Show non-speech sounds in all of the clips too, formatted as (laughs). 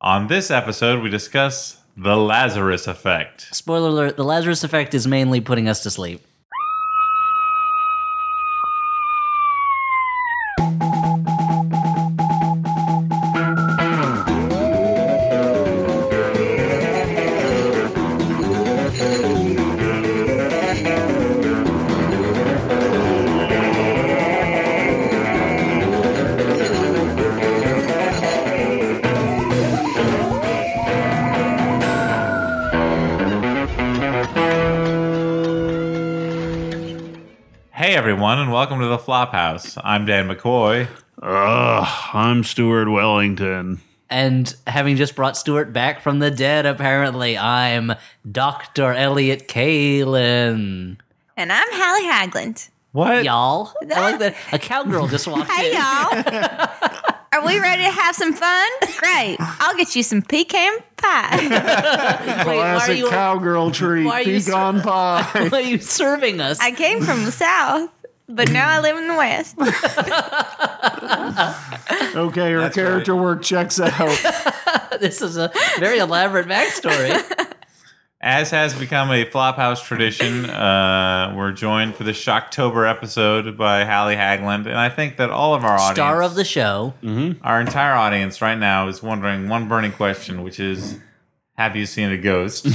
On this episode, we discuss the Lazarus effect. Spoiler alert the Lazarus effect is mainly putting us to sleep. Hey everyone, and welcome to the Flophouse. I'm Dan McCoy. Ugh, I'm Stuart Wellington. And having just brought Stuart back from the dead, apparently, I'm Dr. Elliot Kalin. And I'm Hallie Hagland. What? Y'all. I like that. A cowgirl just walked (laughs) Hey, in. y'all. (laughs) Are we ready to have some fun? Great. I'll get you some pecan pie. Wait, why, Classic are cowgirl treat, why are you pecan pie. (laughs) you, (laughs) why are you serving us? I came from the South, but now I live in the West. Okay, her That's character work checks out. (laughs) this is a very elaborate backstory. As has become a Flophouse tradition, uh, we're joined for the Shocktober episode by Hallie Hagland, and I think that all of our audience, Star of the show. our entire audience right now, is wondering one burning question, which is, have you seen a ghost?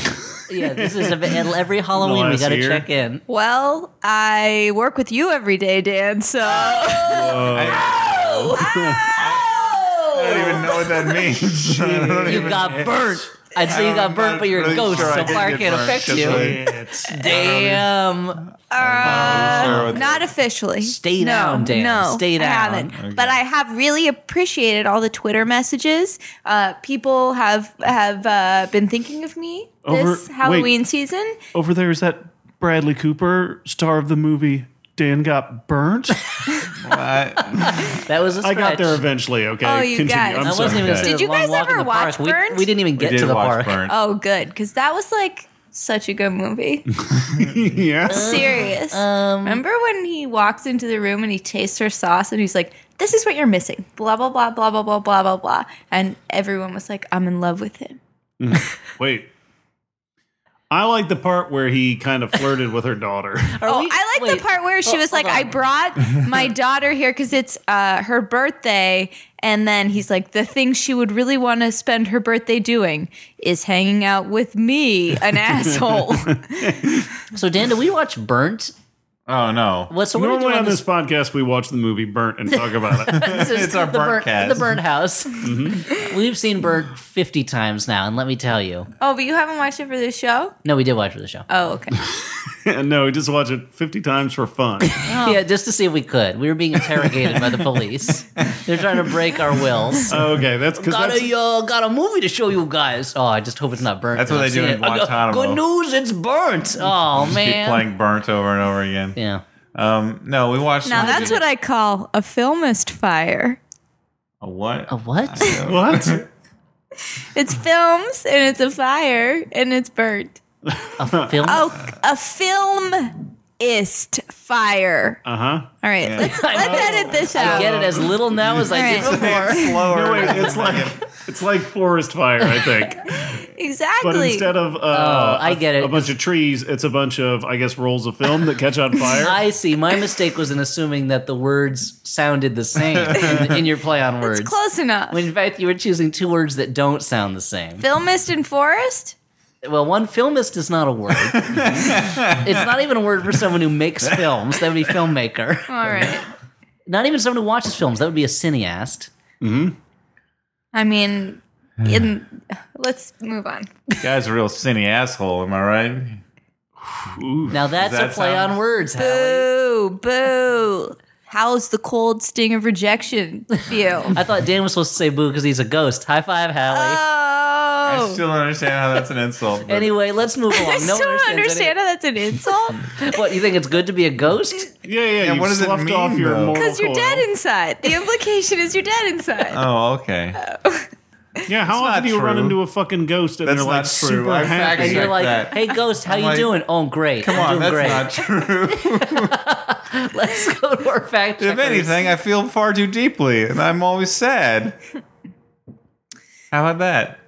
Yeah, this is a, every Halloween we last got to year. check in. Well, I work with you every day, Dan, so. (laughs) Oh! I, I don't even know what that means. (laughs) I don't You even- got burnt. I'd say you I'm got burnt, not but you're really a ghost, sure I so did fire get can't burnt, affect just you. like- Damn. Uh, what not officially. Stay no, down, Dan. No, Stay I down. haven't. But I have really appreciated all the Twitter messages. Uh, people have have uh, been thinking of me Over- this Halloween season. Over there is that Bradley Cooper, star of the movie Dan Got Burnt. I- That was a I stretch. got there eventually, okay? Oh, you Continue. guys. I'm I wasn't sorry. even guys. gonna say Did the you long guys walk ever in the watch park. We- Burnt? We, didn't even we get did to the watch park. Burnt. Oh, good, because that was like such a good movie. (laughs) yes. Serious. um, Remember when he walks into the room and he tastes her sauce and he's like, "This is what you're missing." Blah blah blah blah blah blah blah blah blah. And everyone was like, "I'm in love with him." Wait. I like the part where he kind of flirted with her daughter. (laughs) Are Oh, we- I like wait. the part where she Oh, was hold like, "I on. (laughs) brought my daughter here because it's uh, her birthday," and then he's like, "The thing she would really want to spend her birthday doing is hanging out with me, (laughs) an asshole." So, Dan, do we watch Burnt? oh no. What? So what are we Normally doing on this podcast, we watch the movie Burnt and talk (laughs) about it. (laughs) This is It's our the Burnt burnt, cast. Mm-hmm. the burnt house. We've seen Burnt fifty times now, and let me tell you, oh, but you haven't watched it for this show? no, we did watch for the show. Oh, (laughs) okay. no, we just watch it 50 times for fun. Oh. Yeah, just to see if we could. We were being (laughs) interrogated by the police. They're trying to break our wills. Okay, that's because Got that's a uh, got a movie to show you guys. Oh, I just hope it's not burnt. That's what 'cause I've they do seen in it. I go, Guantanamo. Good news, (laughs) it's burnt. Oh Keep man. playing burnt over and over again. Yeah. Um, no, we watched Now that's what I call a filmist fire. a what? (laughs) A what? What? It's films and it's a fire and it's burnt. A film? Oh, a film ist fire. Uh Uh-huh. huh. All right, (laughs) let's let's edit this out. Get it as little now as I did Right. before. Slower. No, (laughs) wait, it's like it's like forest fire, I think. Exactly. But instead of uh, oh, I a- get it. a bunch of trees, it's a bunch of I guess rolls of film that catch on fire. I see. My mistake was in assuming that the words sounded (laughs) the same in, in your play on words. it's close enough. When in fact, you were choosing two words that don't sound the same. filmist and forest. Well, one filmist is not (laughs) a word. it's not even a word for someone who makes films. That would be filmmaker. All right. Not even someone who watches films. That would be a cineast. I mean, in, let's move on. Guy's a real cine asshole. Am I right? Now that's that a play sound- on words. Hallie. Boo, boo. How's the cold sting of rejection feel? (laughs) I thought Dan was supposed to say boo because he's a ghost. High five, Hallie. I oh, still don't understand how that's an insult. but- anyway, let's (laughs) move along. I no still one don't understands understand how that's an insult. any- What you think it's good to be a ghost? Yeah, yeah. Yeah, you what does it sloughed mean, off your though? moral Because you're coil. dead inside. The implication is you're dead inside. Oh, okay. Uh, Yeah, how often not do you run true. into a fucking ghost and That's they're not like true. super I And fact-checked happy? you're like, that. hey ghost, how I'm you like, doing? Oh, great. Come I'm on, doing that's great. not true. (laughs) Let's go to our fact checkers. if anything, I feel far too deeply, and I'm always sad. How about that?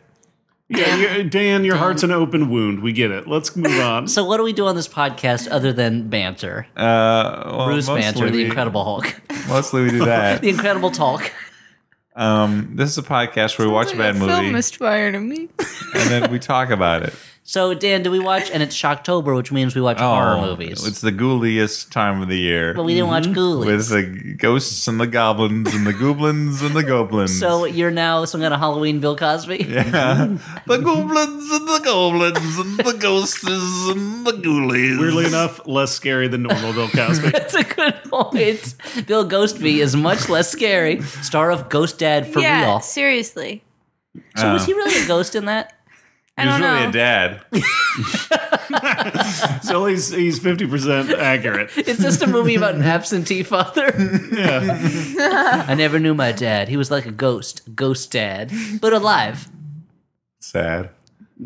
Yeah, you Dan, your heart's an open wound. We get it. Let's move on. So, what do we do on this podcast other than banter? Uh, well, Bruce mostly banter, the we- Incredible Hulk, (laughs) Mostly we do that. the Incredible Talk. Um, this is a podcast where we watch a bad Film movie is fired at me. and then we talk about it. So, Dan, do we watch? And it's Shocktober, which means we watch horror movies. Oh, It's the ghouliest time of the year. but we didn't watch Ghoulies. with the ghosts and the goblins and the goblins and the goblins. So you're now some kind of Halloween Bill Cosby. yeah. the goblins and the goblins and the ghosts and the ghoulies. Weirdly enough, less scary than normal Bill (laughs) (laughs) Cosby. That's a good point. Bill Ghostby is much less scary. Star of Ghost Dad for yeah, real. seriously. So was he Oh. really a ghost in that? I he was don't really know. a dad. so he's he's fifty percent accurate. It's just a movie (laughs) about an absentee father. I never knew my dad. He was like a ghost, ghost dad, but alive. Sad.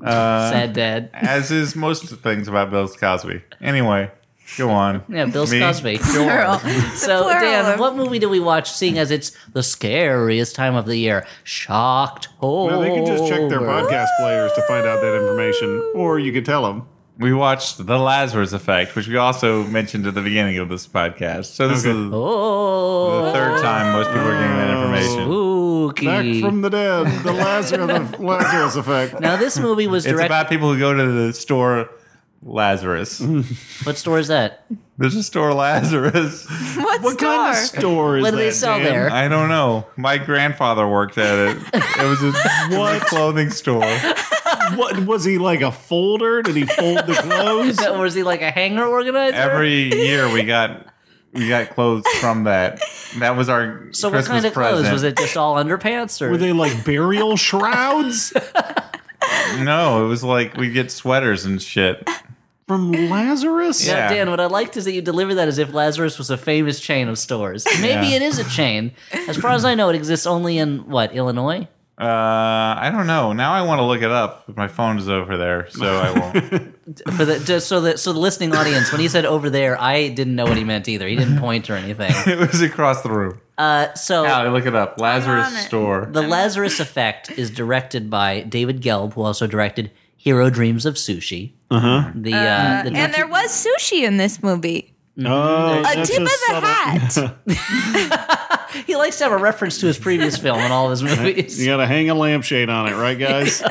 Uh, Sad dad. As is most things about Bill Cosby. Anyway, go on. Yeah, Bill Me? (laughs) Cosby. (laughs) (laughs) Plural. So, Plural Dan, of- what movie do we watch? Seeing as it's the scariest time of the year, shocked. Well, they can just check their podcast players to find out that information, or you could tell them. We watched The Lazarus Effect, which we also mentioned at the beginning of this podcast. So this Okay. Oh. is Oh, the third time most people are getting that information. spooky. Back from the dead, (laughs) the Lazarus, the Lazarus effect. Now, this movie (laughs) was It's directed. about people who go to the store Lazarus. Mm. what store is (laughs) that? There's a store Lazarus. What, What star? kind of store is What that? do they sell Dan? there? I don't know. My grandfather worked at it. It was (laughs) a What? clothing store. What was he like a folder? Did he fold (laughs) the clothes? That- was he like a hanger organizer? Every year we got we got clothes from that. That was our so what Christmas kind of present. clothes was it? Just all underpants or Were they like burial shrouds No, it was like we get sweaters and shit. from Lazarus? Yeah. Now, Dan, what I liked is that you delivered that as if Lazarus was a famous chain of stores. Maybe Yeah. it is a chain. As far as I know, it exists only in what Illinois. Uh, I don't know. Now I want to look it up, but my phone is over there, so I (laughs) won't. For the just so that so the listening audience, when he said over there, I didn't know what he meant either. He didn't point or anything. it was across the room. Uh, so Allie, look it up. on Lazarus it. store. The Lazarus Effect is directed by David Gelb, who also directed Hero Dreams of Sushi. Uh-huh. The, uh, the And there was sushi in this movie. Oh, A that's tip of the subtle- (laughs) hat. he likes to have a reference to his previous film in all (laughs) of his movies. You got to hang a lampshade on it, right, (laughs) guys?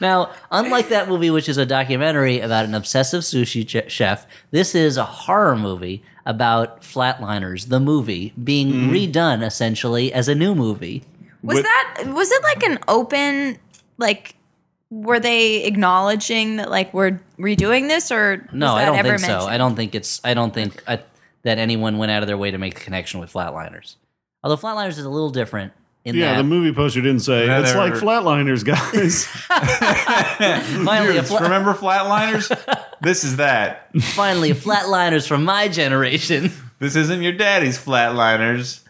Now, unlike that movie, which is a documentary about an obsessive sushi ch- chef, this is a horror movie about Flatliners, the movie, being Mm-hmm. redone essentially as a new movie. Was But- that was it like an open like were they acknowledging that like we're redoing this or No, was that I don't ever think so. mentioned? I don't think it's. I don't think I, that anyone went out of their way to make a connection with Flatliners. Although Flatliners is a little different in Yeah, that the movie poster didn't say. Yeah, it's they're- like flatliners, guys. (laughs) finally a, fla- Remember (laughs) flatliners? this is that. finally a Flatliners from my generation. This isn't your daddy's flatliners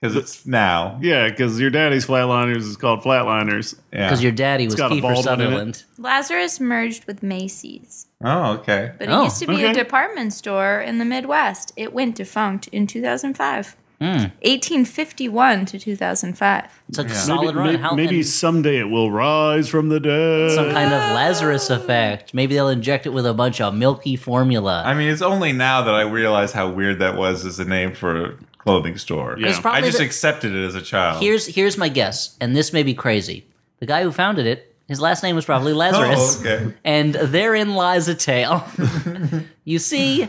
because it's now. yeah, because your daddy's flatliners is called flatliners. (laughs) Yeah. Because your daddy was got a Kiefer bald one in it. Sutherland. Lazarus merged with Macy's, oh, okay. but Oh, it used to be okay. a department store in the Midwest. It went defunct in 2005. Hmm. 1851 to 2005. It's a solid maybe run. may- How- maybe and someday it will rise from the dead. some kind of Lazarus effect. Maybe they'll inject it with a bunch of milky formula. I mean, it's only now that I realize how weird that was as a name for a clothing store. It's probably I just the- accepted it as a child. here's here's my guess, and this may be crazy. The guy who founded it, his last name was probably Lazarus. (laughs) Oh, okay. And therein lies (laughs) a tale. you see,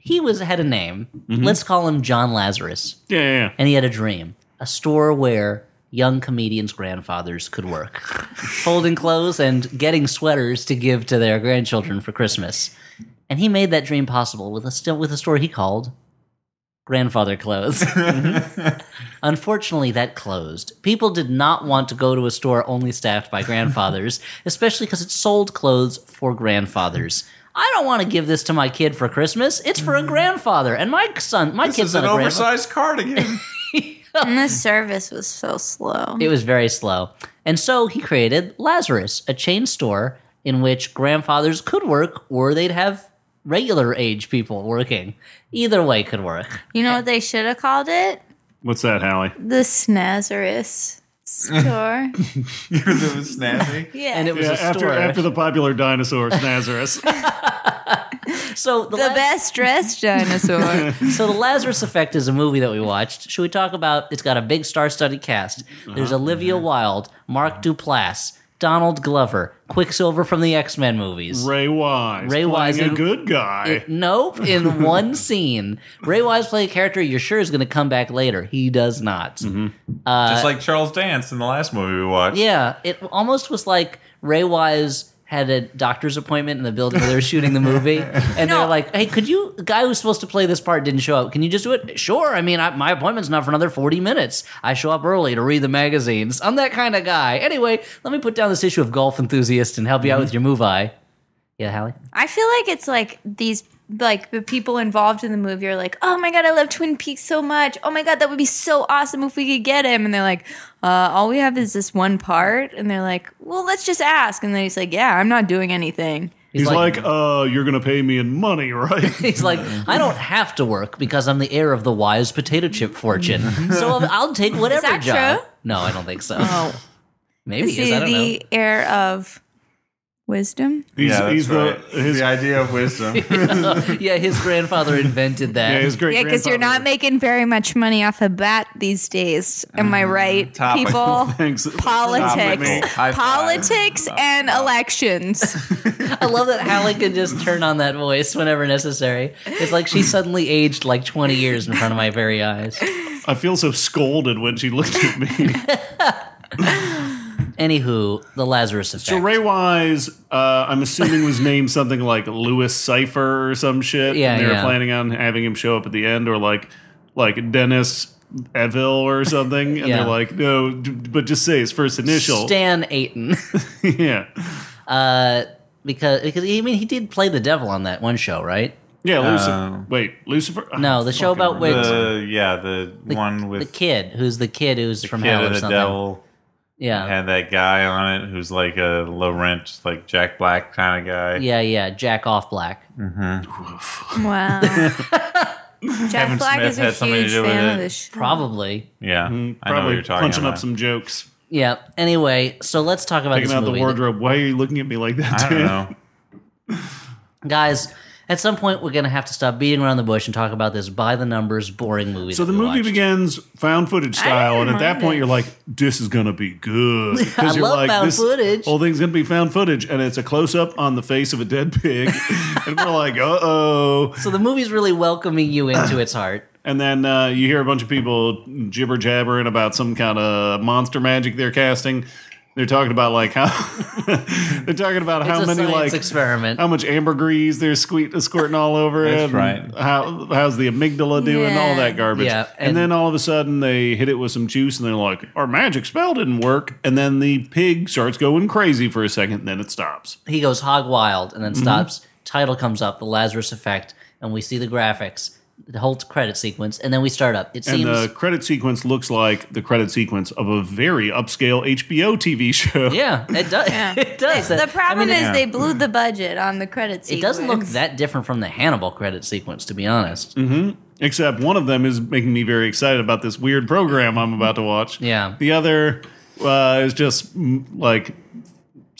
he was had a name. Mm-hmm. Let's call him John Lazarus. yeah, yeah, yeah. And he had a dream. A store where young comedians' grandfathers could work. Folding clothes and getting sweaters to give to their grandchildren for Christmas. And he made that dream possible with a st- with a store he called (laughs) grandfather clothes. Unfortunately, that closed. People did not want to go to a store only staffed (laughs) by grandfathers, especially because it sold clothes for grandfathers. I don't want to give this to my kid for Christmas. It's for a grandfather, and my son, my Mm-hmm. This kid's is an not a grandfather. oversized (laughs) cardigan. And the service was so slow. It was very slow. And so he created Lazarus, a chain store in which grandfathers could work or they'd have regular age people working. Either way could work. You know what they should have called it? What's that, Hallie? The Snazarus. store. Because it was snazzy. Yeah. (laughs) And it was Yeah, a store. after after the (laughs) popular dinosaur Nazareth. so the, the la- best (laughs) dressed dinosaur. so the Lazarus Effect is a movie that we watched. Should we talk about? It's got a big star-studded cast. There's Uh-huh. Olivia Mm-hmm. Wilde, Mark Duplass, Donald Glover, Quicksilver from the X-Men movies. Ray Wise. Ray playing Wise a in- good guy. Nope. In one scene, Ray Wise plays a character you're sure is going to come back later. He does not. Mm-hmm. Just like Charles Dance in the last movie we watched. Uh, Yeah, it almost was like Ray Wise had a doctor's appointment in the building where they were shooting the (laughs) movie, and No. they're like, "Hey, could you? The guy who's supposed to play this part didn't show up. Can you just do it? Sure. I mean, I, my appointment's not for another forty minutes. I show up early to read the magazines. I'm that kind of guy. Anyway, let me put down this issue of Golf Enthusiast and help you out with your move. I, yeah, Hallie. I feel like it's like these like the people involved in the movie are like, oh my god, I love Twin Peaks so much. Oh my god, that would be so awesome if we could get him. And they're like, uh, all we have is this one part. And they're like, well, let's just ask. And then he's like, yeah, I'm not doing anything. He's, like, uh, you're going to pay me in (laughs) money, (laughs) right? He's like, I don't have to work because I'm the heir of the wise potato chip fortune. (laughs) So I'll- I'll take whatever that job. true? No, I don't think so. Oh, Maybe is he is. I he don't know. the heir of wisdom? He's, that's he's right. the his, the idea of (laughs) wisdom. yeah, his (laughs) grandfather invented that. yeah, his great. Yeah, because you're not making very much money off of bat these days. Am I right, topical people? (laughs) Thanks. Stop with me. Politics, High five. politics, and elections. I love that Hallie can just turn on that voice whenever necessary. It's like she suddenly aged like 20 years in front of my very eyes. I feel so scolded when she looked (laughs) at me. Anywho, the Lazarus effect. so Ray Wise, uh, I'm assuming was named something like Lewis Cipher or some shit. Yeah, and they yeah. were planning on having him show up at the end, or like like Dennis Evil or something. And Yeah. they're like, no, d- but just say his first initial. Stan Aiton. (laughs) yeah, (laughs) Uh, because, because, I mean, he did play the devil on that one show, right? yeah. Lucifer. Uh, Wait, Lucifer. No, the show about Fucking witch. the, yeah, the, one The with kid, who's the kid who's from Kid hell or of the something. Oh. Devil. Yeah. Had that guy on it who's like a low rent, like Jack Black kind of guy. Yeah, yeah. Jack off black. Mm-hmm. Uh, (laughs) Wow. Jack Kevin Black Smith is a had something to huge do with fan of it. this show. Probably. Yeah, I know what Mm, Probably you're talking punching about. up some jokes. Yeah. Anyway, so let's talk about Taking this out the movie. wardrobe. Why are you looking at me like that? (laughs) I don't Dan? know. Guys, at some point we're gonna have to stop beating around the bush and talk about this by the numbers boring movie. So that the we movie watched. begins found footage style, and at that mind point it. you're like, "This is gonna be good." (laughs) 'Cause I you're love found this footage. Whole thing's gonna be found footage, and it's a close up on the face of a dead (laughs) pig, and we're like, "Uh oh!" So the movie's really welcoming you (clears throat) into its heart. And then uh, you hear a bunch of people jibber jabbering about some kind of monster magic they're casting. They're talking about like how (laughs) they're talking about how It's a many science like experiment. how much ambergrease they're sque- squirting all over That's it. and right. How how's the amygdala doing? Yeah. All that garbage. Yeah, And, and- then all of a sudden they hit it with some juice, and they're like, "Our magic spell didn't work." And then the pig starts going crazy for a second, and then it stops. he goes hog wild and then Mm-hmm. stops. Title comes up, the Lazarus effect, and we see the graphics, the whole credit sequence, and then we start up. It And seems the credit sequence looks like the credit sequence of a very upscale HBO TV show. Yeah, it does Yeah. (laughs) it does. The That- problem I mean, is it, they blew the budget on the credit it sequence. doesn't look that different from the Hannibal credit sequence, to be honest. (laughs) Mm-hmm. Except one of them is making me very excited about this weird program I'm about to watch. Yeah. The other uh, is just mm, like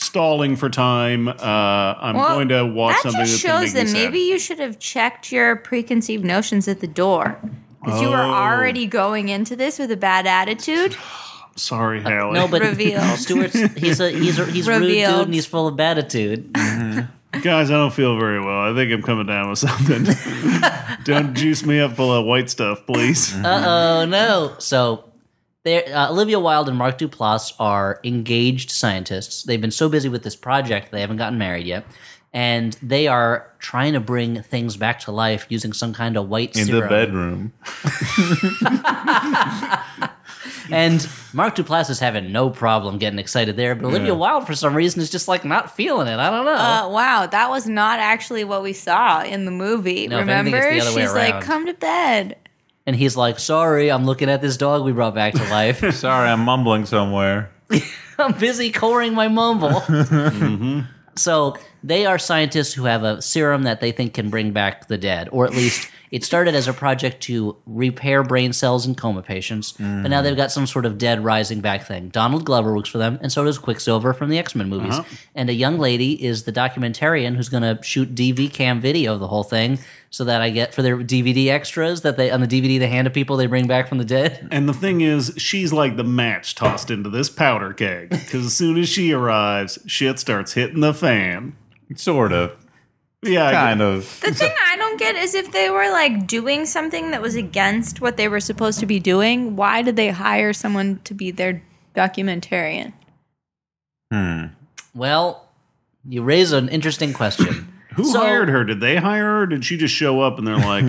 stalling for time. Uh, I'm Well, going to watch that something that's just gonna make shows that me sad. maybe you should have checked your preconceived notions at the door. Because you were Oh. already going into this with a (laughs) bad attitude. Sorry, Uh, Hallie. (laughs) No, but Revealed. Stuart's he's a he's a, he's a rude dude Revealed. and he's full of attitude. guys, I don't feel very well. I think I'm coming down with (laughs) something. don't juice me up full of white stuff, please. Uh-huh. Oh Mm-hmm. no! So, there, uh, Olivia Wilde and Mark Duplass are engaged scientists. They've been so busy with this project they haven't gotten married yet, and they are trying to bring things back to life using some kind of white In serum. the (laughs) bedroom. And Mark Duplass is having no problem getting excited there, but Olivia Wilde for some reason is just like not feeling it. I don't know. Uh, wow, that was not actually what we saw in the movie. No, if anything, Remember? it's the other way She's around. like, come to bed. and he's like, "Sorry, I'm looking at this dog we brought back to (laughs) life. Sorry, I'm mumbling somewhere. (laughs) I'm busy coring my mumble. (laughs) So they are scientists who have a serum that they think can bring back the dead, or at least It started as a project to repair brain cells in coma patients, but now they've got some sort of dead rising back thing. Donald Glover works for them, and so does Quicksilver from the X Men movies. And a young lady is the documentarian who's going to shoot DV cam video of the whole thing, so that I get for their DVD extras that they on the DVD they hand to people they bring back from the dead. And the thing is, she's like the match tossed into this powder keg because as soon as she arrives, shit starts hitting the fan. Sort of. Yeah, I Kind of. The thing I don't get is if they were like doing something that was against what they were supposed to be doing, why did they hire someone to be their documentarian? Well, you raise an interesting question. Who So- hired her? Did they hire her? Or did she just show up and they're like,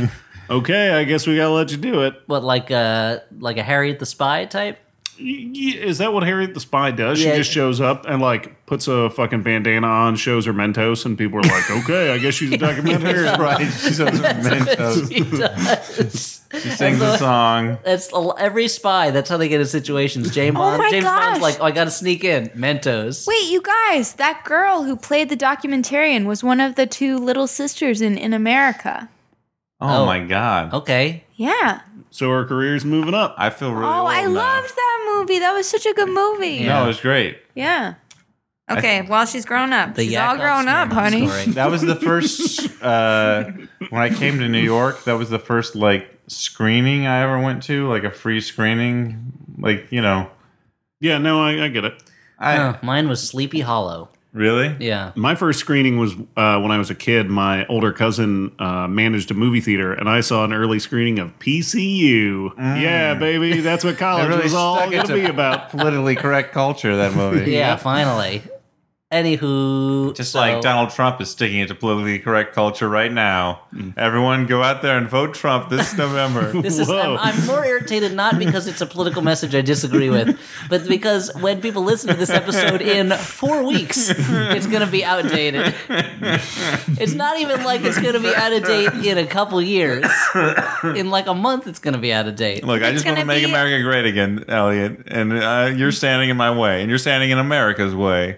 okay, I guess we gotta let you do it? What like a like a Harriet the Spy type? (laughs) Y- y- Is that what Harriet the Spy does? Yeah. She just shows up and like puts a fucking bandana on, shows her Mentos, and people are like, okay, I guess (laughs) she's a documentarian. (laughs) right. She's a Mentos. (laughs) She does. She sings a song. That's a- every spy. That's how they get in (laughs) situations. James Bond. my James Bond's gosh. like, oh, I got to sneak in. Mentos. Wait, you guys, that girl who played the documentarian was one of the two little sisters in In America. Oh, Oh. my god. Okay. Yeah. so her career's moving up. I feel really Oh, old I now. loved that movie. That was such a good movie. No, it was great. Yeah. Okay, well, she's grown up. The she's all Yakov grown up, Smirnoff honey. story. That was the first (laughs) uh, when I came to New York. That was the first like screening I ever went to, like a free screening. Like you know, Yeah, no, I, I get it. I Huh, (laughs) mine was Sleepy Hollow. really (laughs) Yeah. My first screening was uh, when I was a kid. My older cousin uh, managed a movie theater, and I saw an early screening of PCU. Yeah, baby, that's (laughs) what college really was all stuck Mm. it going to be to- about. politically correct culture. That movie, (laughs) Yeah. Finally. Anywho. Just so- like Donald Trump is sticking it to politically correct culture right now. Mm. Everyone, go out there and vote Trump this (laughs) November. This is, I'm, Whoa. I'm more irritated not because it's a political message I disagree with, but because when people listen to this episode in four weeks, it's going to be outdated. It's not even like it's going to be out of date in a couple years. In like a month, it's going to be out of date. Look, I It's just want to gonna make be- America great again, Elliot, and uh, you're standing in my way, and you're standing in America's way.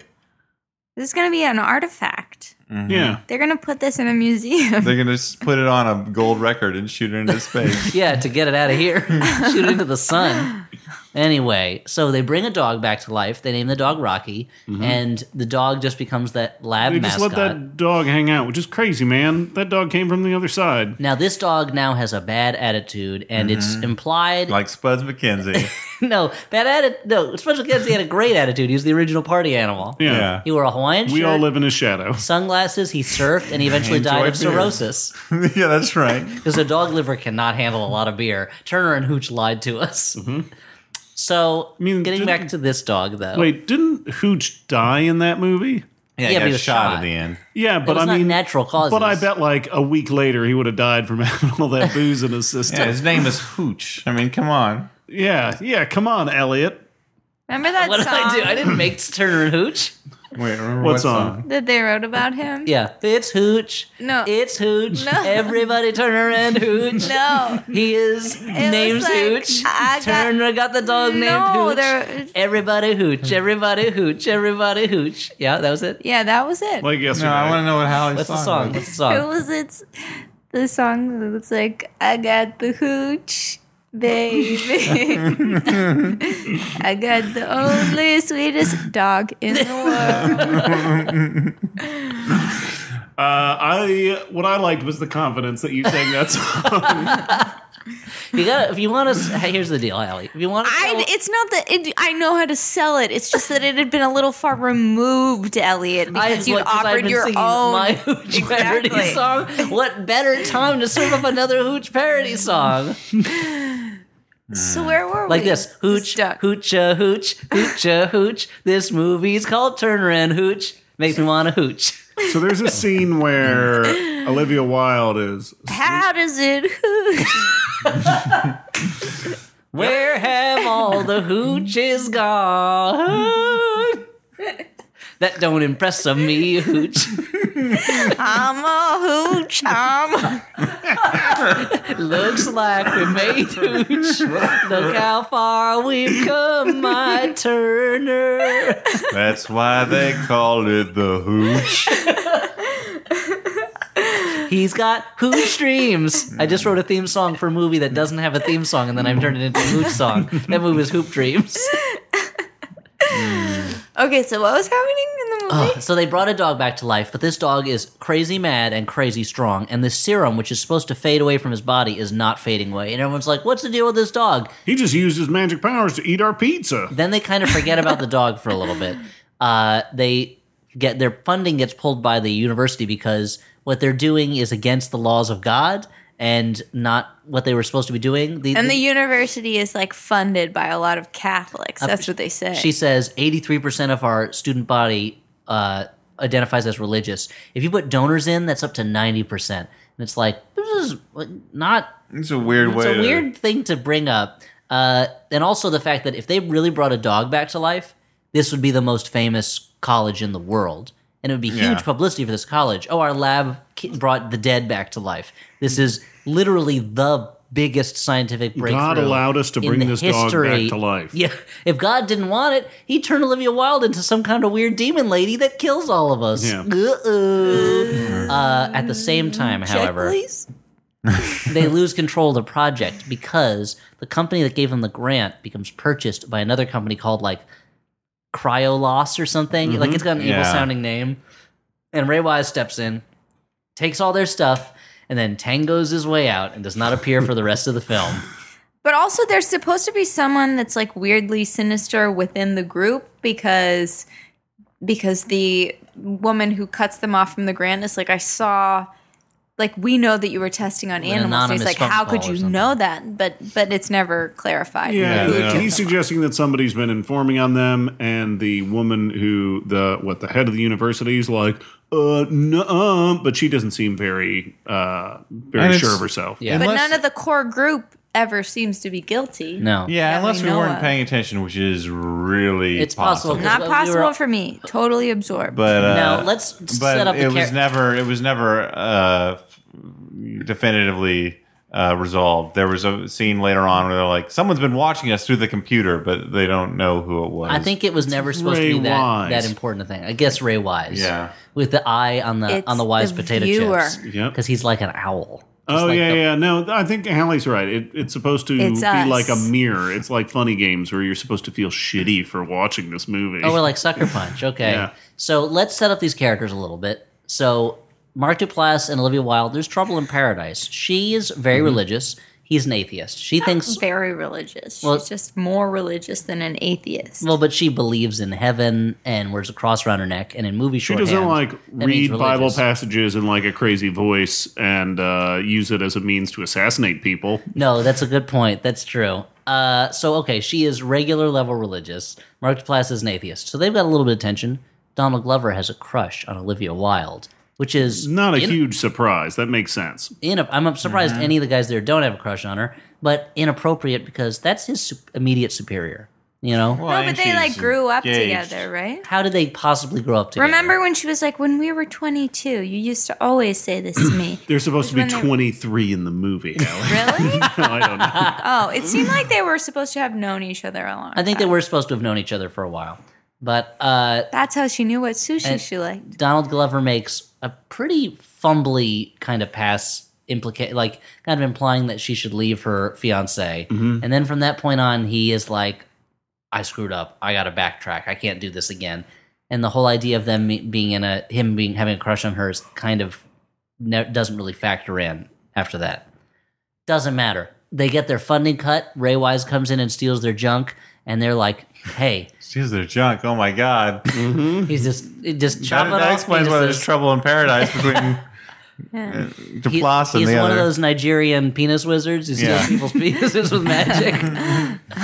This is going to be an artifact. Mm-hmm. Yeah. They're going to put this in (laughs) a museum. They're gonna just put it on a gold record and shoot it into space. (laughs) Yeah, to get it out of here, shoot it into the sun. Anyway, so they bring a dog back to life. They name the dog Rocky, and the dog just becomes that lab Mm-hmm. They just mascot. let that dog hang out, which is crazy, man. That dog came from the other side. Now this dog now has a bad attitude, and it's Mm-hmm. implied like Spuds McKenzie. No, bad attitude. No, Special Kids, he had a great attitude. He was the original party animal. Yeah. Yeah. He wore a Hawaiian shirt, We all live in his shadow. sunglasses, he surfed, and he eventually Enjoy died of beer. cirrhosis yeah, (laughs) that's right. because a dog liver cannot handle a lot of beer. Turner and Hooch lied to us. So, Mm-hmm. mean, getting didn't- back to this dog, though. Wait, didn't Hooch die in that movie? Yeah, Yeah, he but got he was shot, shot. at the end. Yeah, it but was I not mean, natural causes. but I bet like a week later he would have died from (laughs) having all that booze in his Yeah, system. his name is Hooch. I mean, come on. yeah, yeah. Come on, Elliot. Remember (laughs) (laughs) that What did song I do? I didn't make Turner and Hooch. Wait, remember What song? that they wrote about him? Yeah, it's Hooch. No. it's Hooch. No. Everybody, Turner (laughs) and Hooch. No. He is name's like, Hooch. I got- Turner got the dog named No, Hooch. there- Everybody Hooch. Everybody Hooch. Everybody Hooch. Yeah, that was it. Yeah, that was it. Like yesterday. No, I want to know what Hallie's What's song. the song? was. What's the song? it was it's the song that's like I got the hooch, baby. (laughs) I got the only sweetest dog in (laughs) the world. Uh, I what I liked was the confidence that you sang that song. You got. If you want to, here's the deal, Allie. If you want to, I, it's not that it, I know how to sell it. It's just that it had been a little far removed, Elliot, because you'd offered your own. my hooch parody Exactly. song. What better time to serve up another hooch parody song? so where were we? Like this hooch, Stuck. hooch, a hooch, hooch, a hooch. This movie's called Turner and Hooch. Makes me want to hooch. (laughs) so there's a scene where Olivia Wilde is How does it (laughs) hooch? Where have all the hooches gone? That don't impress a me hooch. I'm a hooch. I'm. a- Looks like we made hooch. Look how far we've come, my Turner. (laughs) That's why they call it the Hooch. He's got hooch dreams. I just wrote a theme song for a movie that doesn't have a theme song, and then I've turned it into a hooch song. That movie is Hoop Dreams. Okay, so what was happening in the movie? Ugh, so they brought a dog back to life, but this dog is crazy mad and crazy strong, and this serum, which is supposed to fade away from his body, is not fading away. And everyone's like, "What's the deal with this dog?" He just used his magic powers to eat our pizza. Then they kind of forget about the dog for a little bit. Uh, they get their funding gets pulled by the university because what they're doing is against the laws of God and not what they were supposed to be doing. The- and the university is like funded by a lot of Catholics. That's what they say. She says 83% of our student body uh, identifies as religious. If you put donors in, that's up to 90%. And it's like, this is like, not, It's a weird it's way. a to- weird thing to bring up. Uh, and also the fact that if they really brought a dog back to life, this would be the most famous college in the world. And it would be huge Yeah. publicity for this college. Oh, our lab ki- brought the dead back to life. This is literally the biggest scientific breakthrough. God allowed us to in bring the this dog history- back to (laughs) life. Yeah, if God didn't want it, he turned Olivia Wilde into some kind of weird demon lady that kills all of us. Yeah. Uh-oh. Uh, at the same time, Check, however, please. they lose control of the project because the company that gave them the grant becomes purchased by another company called like Cryoloss or something. Like it's got an evil Mm-hmm. Yeah. sounding name. And Ray Wise steps in, takes all their stuff, and then tangos his way out and does not appear for the rest of the film. But also, there's supposed to be someone that's like weirdly sinister within the group because because the woman who cuts them off from the grant is like, I saw, like we know that you were testing on animals. And anonymous he's like, phone how call could or you something. know that? But but it's never clarified. Yeah, Yeah, he- yeah. he's suggesting that somebody's been informing on them, and the woman who the what the head of the university is like, uh, no, but she doesn't seem very uh very And sure it's- of herself. Yeah. (laughs) But Unless- none of the core group ever seems to be guilty. No. Yeah, that unless we we, know weren't of. paying attention, which is really It's possible. Well, Not we were- possible for me. Totally absorbed. But uh, Now, let's but set up the it was char- never it was never uh, definitively uh, resolved. There was a scene later on where they're like, someone's been watching us through the computer, but they don't know who it was. I think it was never supposed to Ray be that, Wise. that important a thing. I guess Ray Wise. Yeah. With the eye on the It's on the wise the potato viewer. chips. Yep. Because he's like an owl. Just Oh like yeah, the- yeah. No, I think Hallie's right. It, it's supposed to It's be us. like a mirror. It's like funny games where you're supposed to feel shitty for watching this movie. Oh, we're like Sucker Punch. Okay. Yeah. So let's set up these characters a little bit. So Mark Duplass and Olivia Wilde, there's trouble in paradise. She is very Mm-hmm. religious. He's an atheist. She thinks very religious. Well- She's just more religious than an atheist. well, but she believes in heaven and wears a cross around her neck and in movie she shorthand. doesn't like that means read Bible religious. passages in like a crazy voice and uh, use it as a means to assassinate people. No, that's a good point. That's true. Uh, so okay, she is regular level religious. Mark Duplass is an atheist, so they've got a little bit of tension. Donald Glover has a crush on Olivia Wilde, which is Not a in- huge surprise. That makes sense. in- I'm surprised any of the guys there don't have a crush on her, but inappropriate because that's his su- immediate superior. You know, Well, No, and but they like she's grew up engaged. together, right? how did they possibly grow up together? Remember when she was like, when we were 22, you used to always say this to (clears throat) me. They're supposed to be Which one they- 23 in (laughs) the movie. Allie. really? no, (laughs) I don't know. Oh, it seemed like they were supposed to have known each other a long I think they time. were supposed to have known each other for a while, but uh, That's how she knew what sushi And- she liked. Donald Glover makes a pretty fumbly kind of pass implicate like kind of implying that she should leave her fiance. Mm-hmm. And then from that point on he is like I screwed up. I got to backtrack. I can't do this again. And the whole idea of them me- being in a him being having a crush on her is kind of ne- doesn't really factor in after that. Doesn't matter. They get their funding cut. Ray Wise comes in and steals their junk and they're like, "Hey, She's their junk. Oh my god! That, he's just just (laughs) chop (laughs) that it off." explains He why just there's says- trouble in paradise (laughs) between uh, He- Duplass and he's the one other. of those Nigerian penis wizards who steals Yeah. people's (laughs) penises with magic.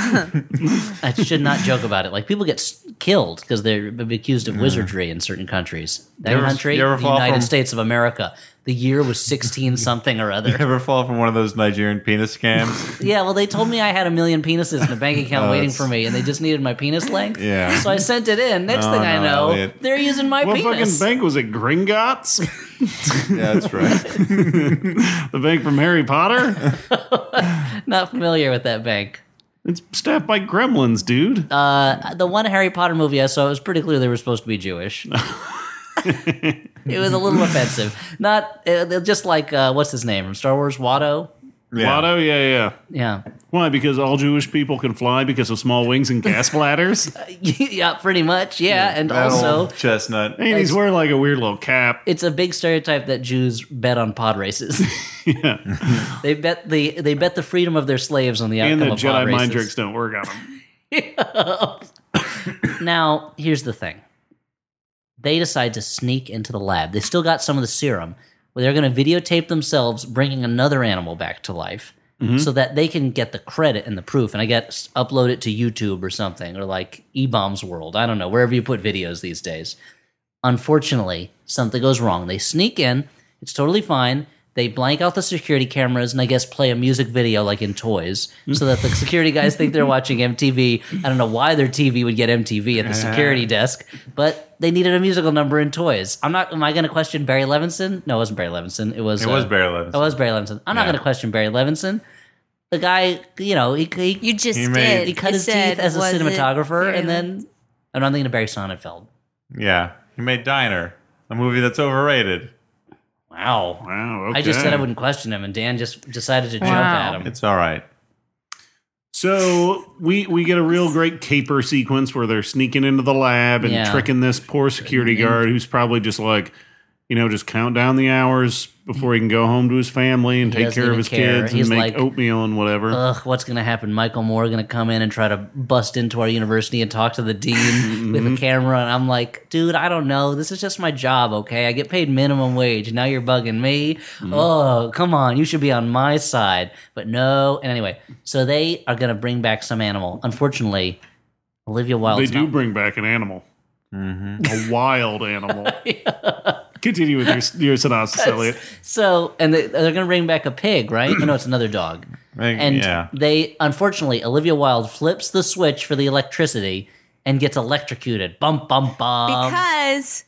I should not joke about it. Like people get s- killed because they're accused of wizardry in certain countries. That You ever- country, you ever the fall United from- States of America. The year was (laughs) sixteen something or other. (laughs) Ever fall from one of those Nigerian penis (laughs) scams? Yeah, well, they told me I had a million penises in a bank (laughs) account Oh, waiting that's- for me, and they just needed my penis length. Yeah. So I sent it in. Next No, thing I no, know, Elliot. they're using my What penis. fucking bank was it? Gringotts? yeah, that's (laughs) right. the bank from Harry Potter? Not familiar with that bank. It's staffed by gremlins, dude. (laughs) Uh, the one Harry Potter movie I saw, it was pretty clear they were supposed to be Jewish. It was a little offensive. Not uh, just like uh, what's his name from Star Wars, Watto. Yeah. Watto, yeah, yeah. Yeah, (laughs) Why? Because all Jewish people can fly because of small wings and gas (laughs) bladders. yeah, pretty much. Yeah, and That also old chestnut. and he's wearing like a weird little cap. it's a big stereotype that Jews bet on pod (laughs) races. they bet the they bet the freedom of their slaves on the outcome And the of pod Jedi mind races. tricks don't work on him. (laughs) Now, here's the thing. They decide to sneak into the lab. They still got some of the serum, where they're going to videotape themselves bringing another animal back to life so that they can get the credit and the proof. And I guess upload it to YouTube or something, or like E Bombs World. I don't know, wherever you put videos these days. Unfortunately, something goes wrong. They sneak in, it's totally fine. They blank out the security cameras and I guess play a music video like in Toys (laughs) so that the security guys think they're watching MTV. I don't know why their TV would get MTV at the security desk, but they needed a musical number in Toys. I'm not, am I going to question Barry Levinson? No, it wasn't Barry Levinson. It was, uh, It was Barry Levinson. It was Barry Levinson. I'm not Yeah. going to question Barry Levinson. The guy, you know, he, he, You just He made- did. he cut You his said, teeth as a was it cinematographer very and then, and I'm thinking of Barry Sonnenfeld. Yeah. He made Diner, a movie that's overrated. Wow. Wow. I just okay. said I wouldn't question him, and Dan just decided to jump Wow. at him. It's all right. So we we get a real great caper sequence where they're sneaking into the lab and Yeah. tricking this poor security guard who's probably just like, you know, just count down the hours before he can go home to his family and take doesn't care of even his care. kids He's and make like, oatmeal and whatever. Ugh, what's going to happen? Michael Moore going to come in and try to bust into our university and talk to the (laughs) dean with a camera, and I'm like, dude, I don't know. This is just my job, okay? I get paid minimum wage, and now you're bugging me. Mm-hmm. Oh, come on, you should be on my side, but no. And anyway, so they are going to bring back some animal. Unfortunately, Olivia they Wilde's do not- Mm-hmm. bring back an animal, a wild animal. (laughs) Continue with your, your synopsis, Elliot. So, and they, they're going to bring back a pig, (clears throat) right? Oh, no, it's another dog. Like, And yeah. they, unfortunately, Olivia Wilde flips the switch for the electricity and gets electrocuted. Bum, bum, bum. Because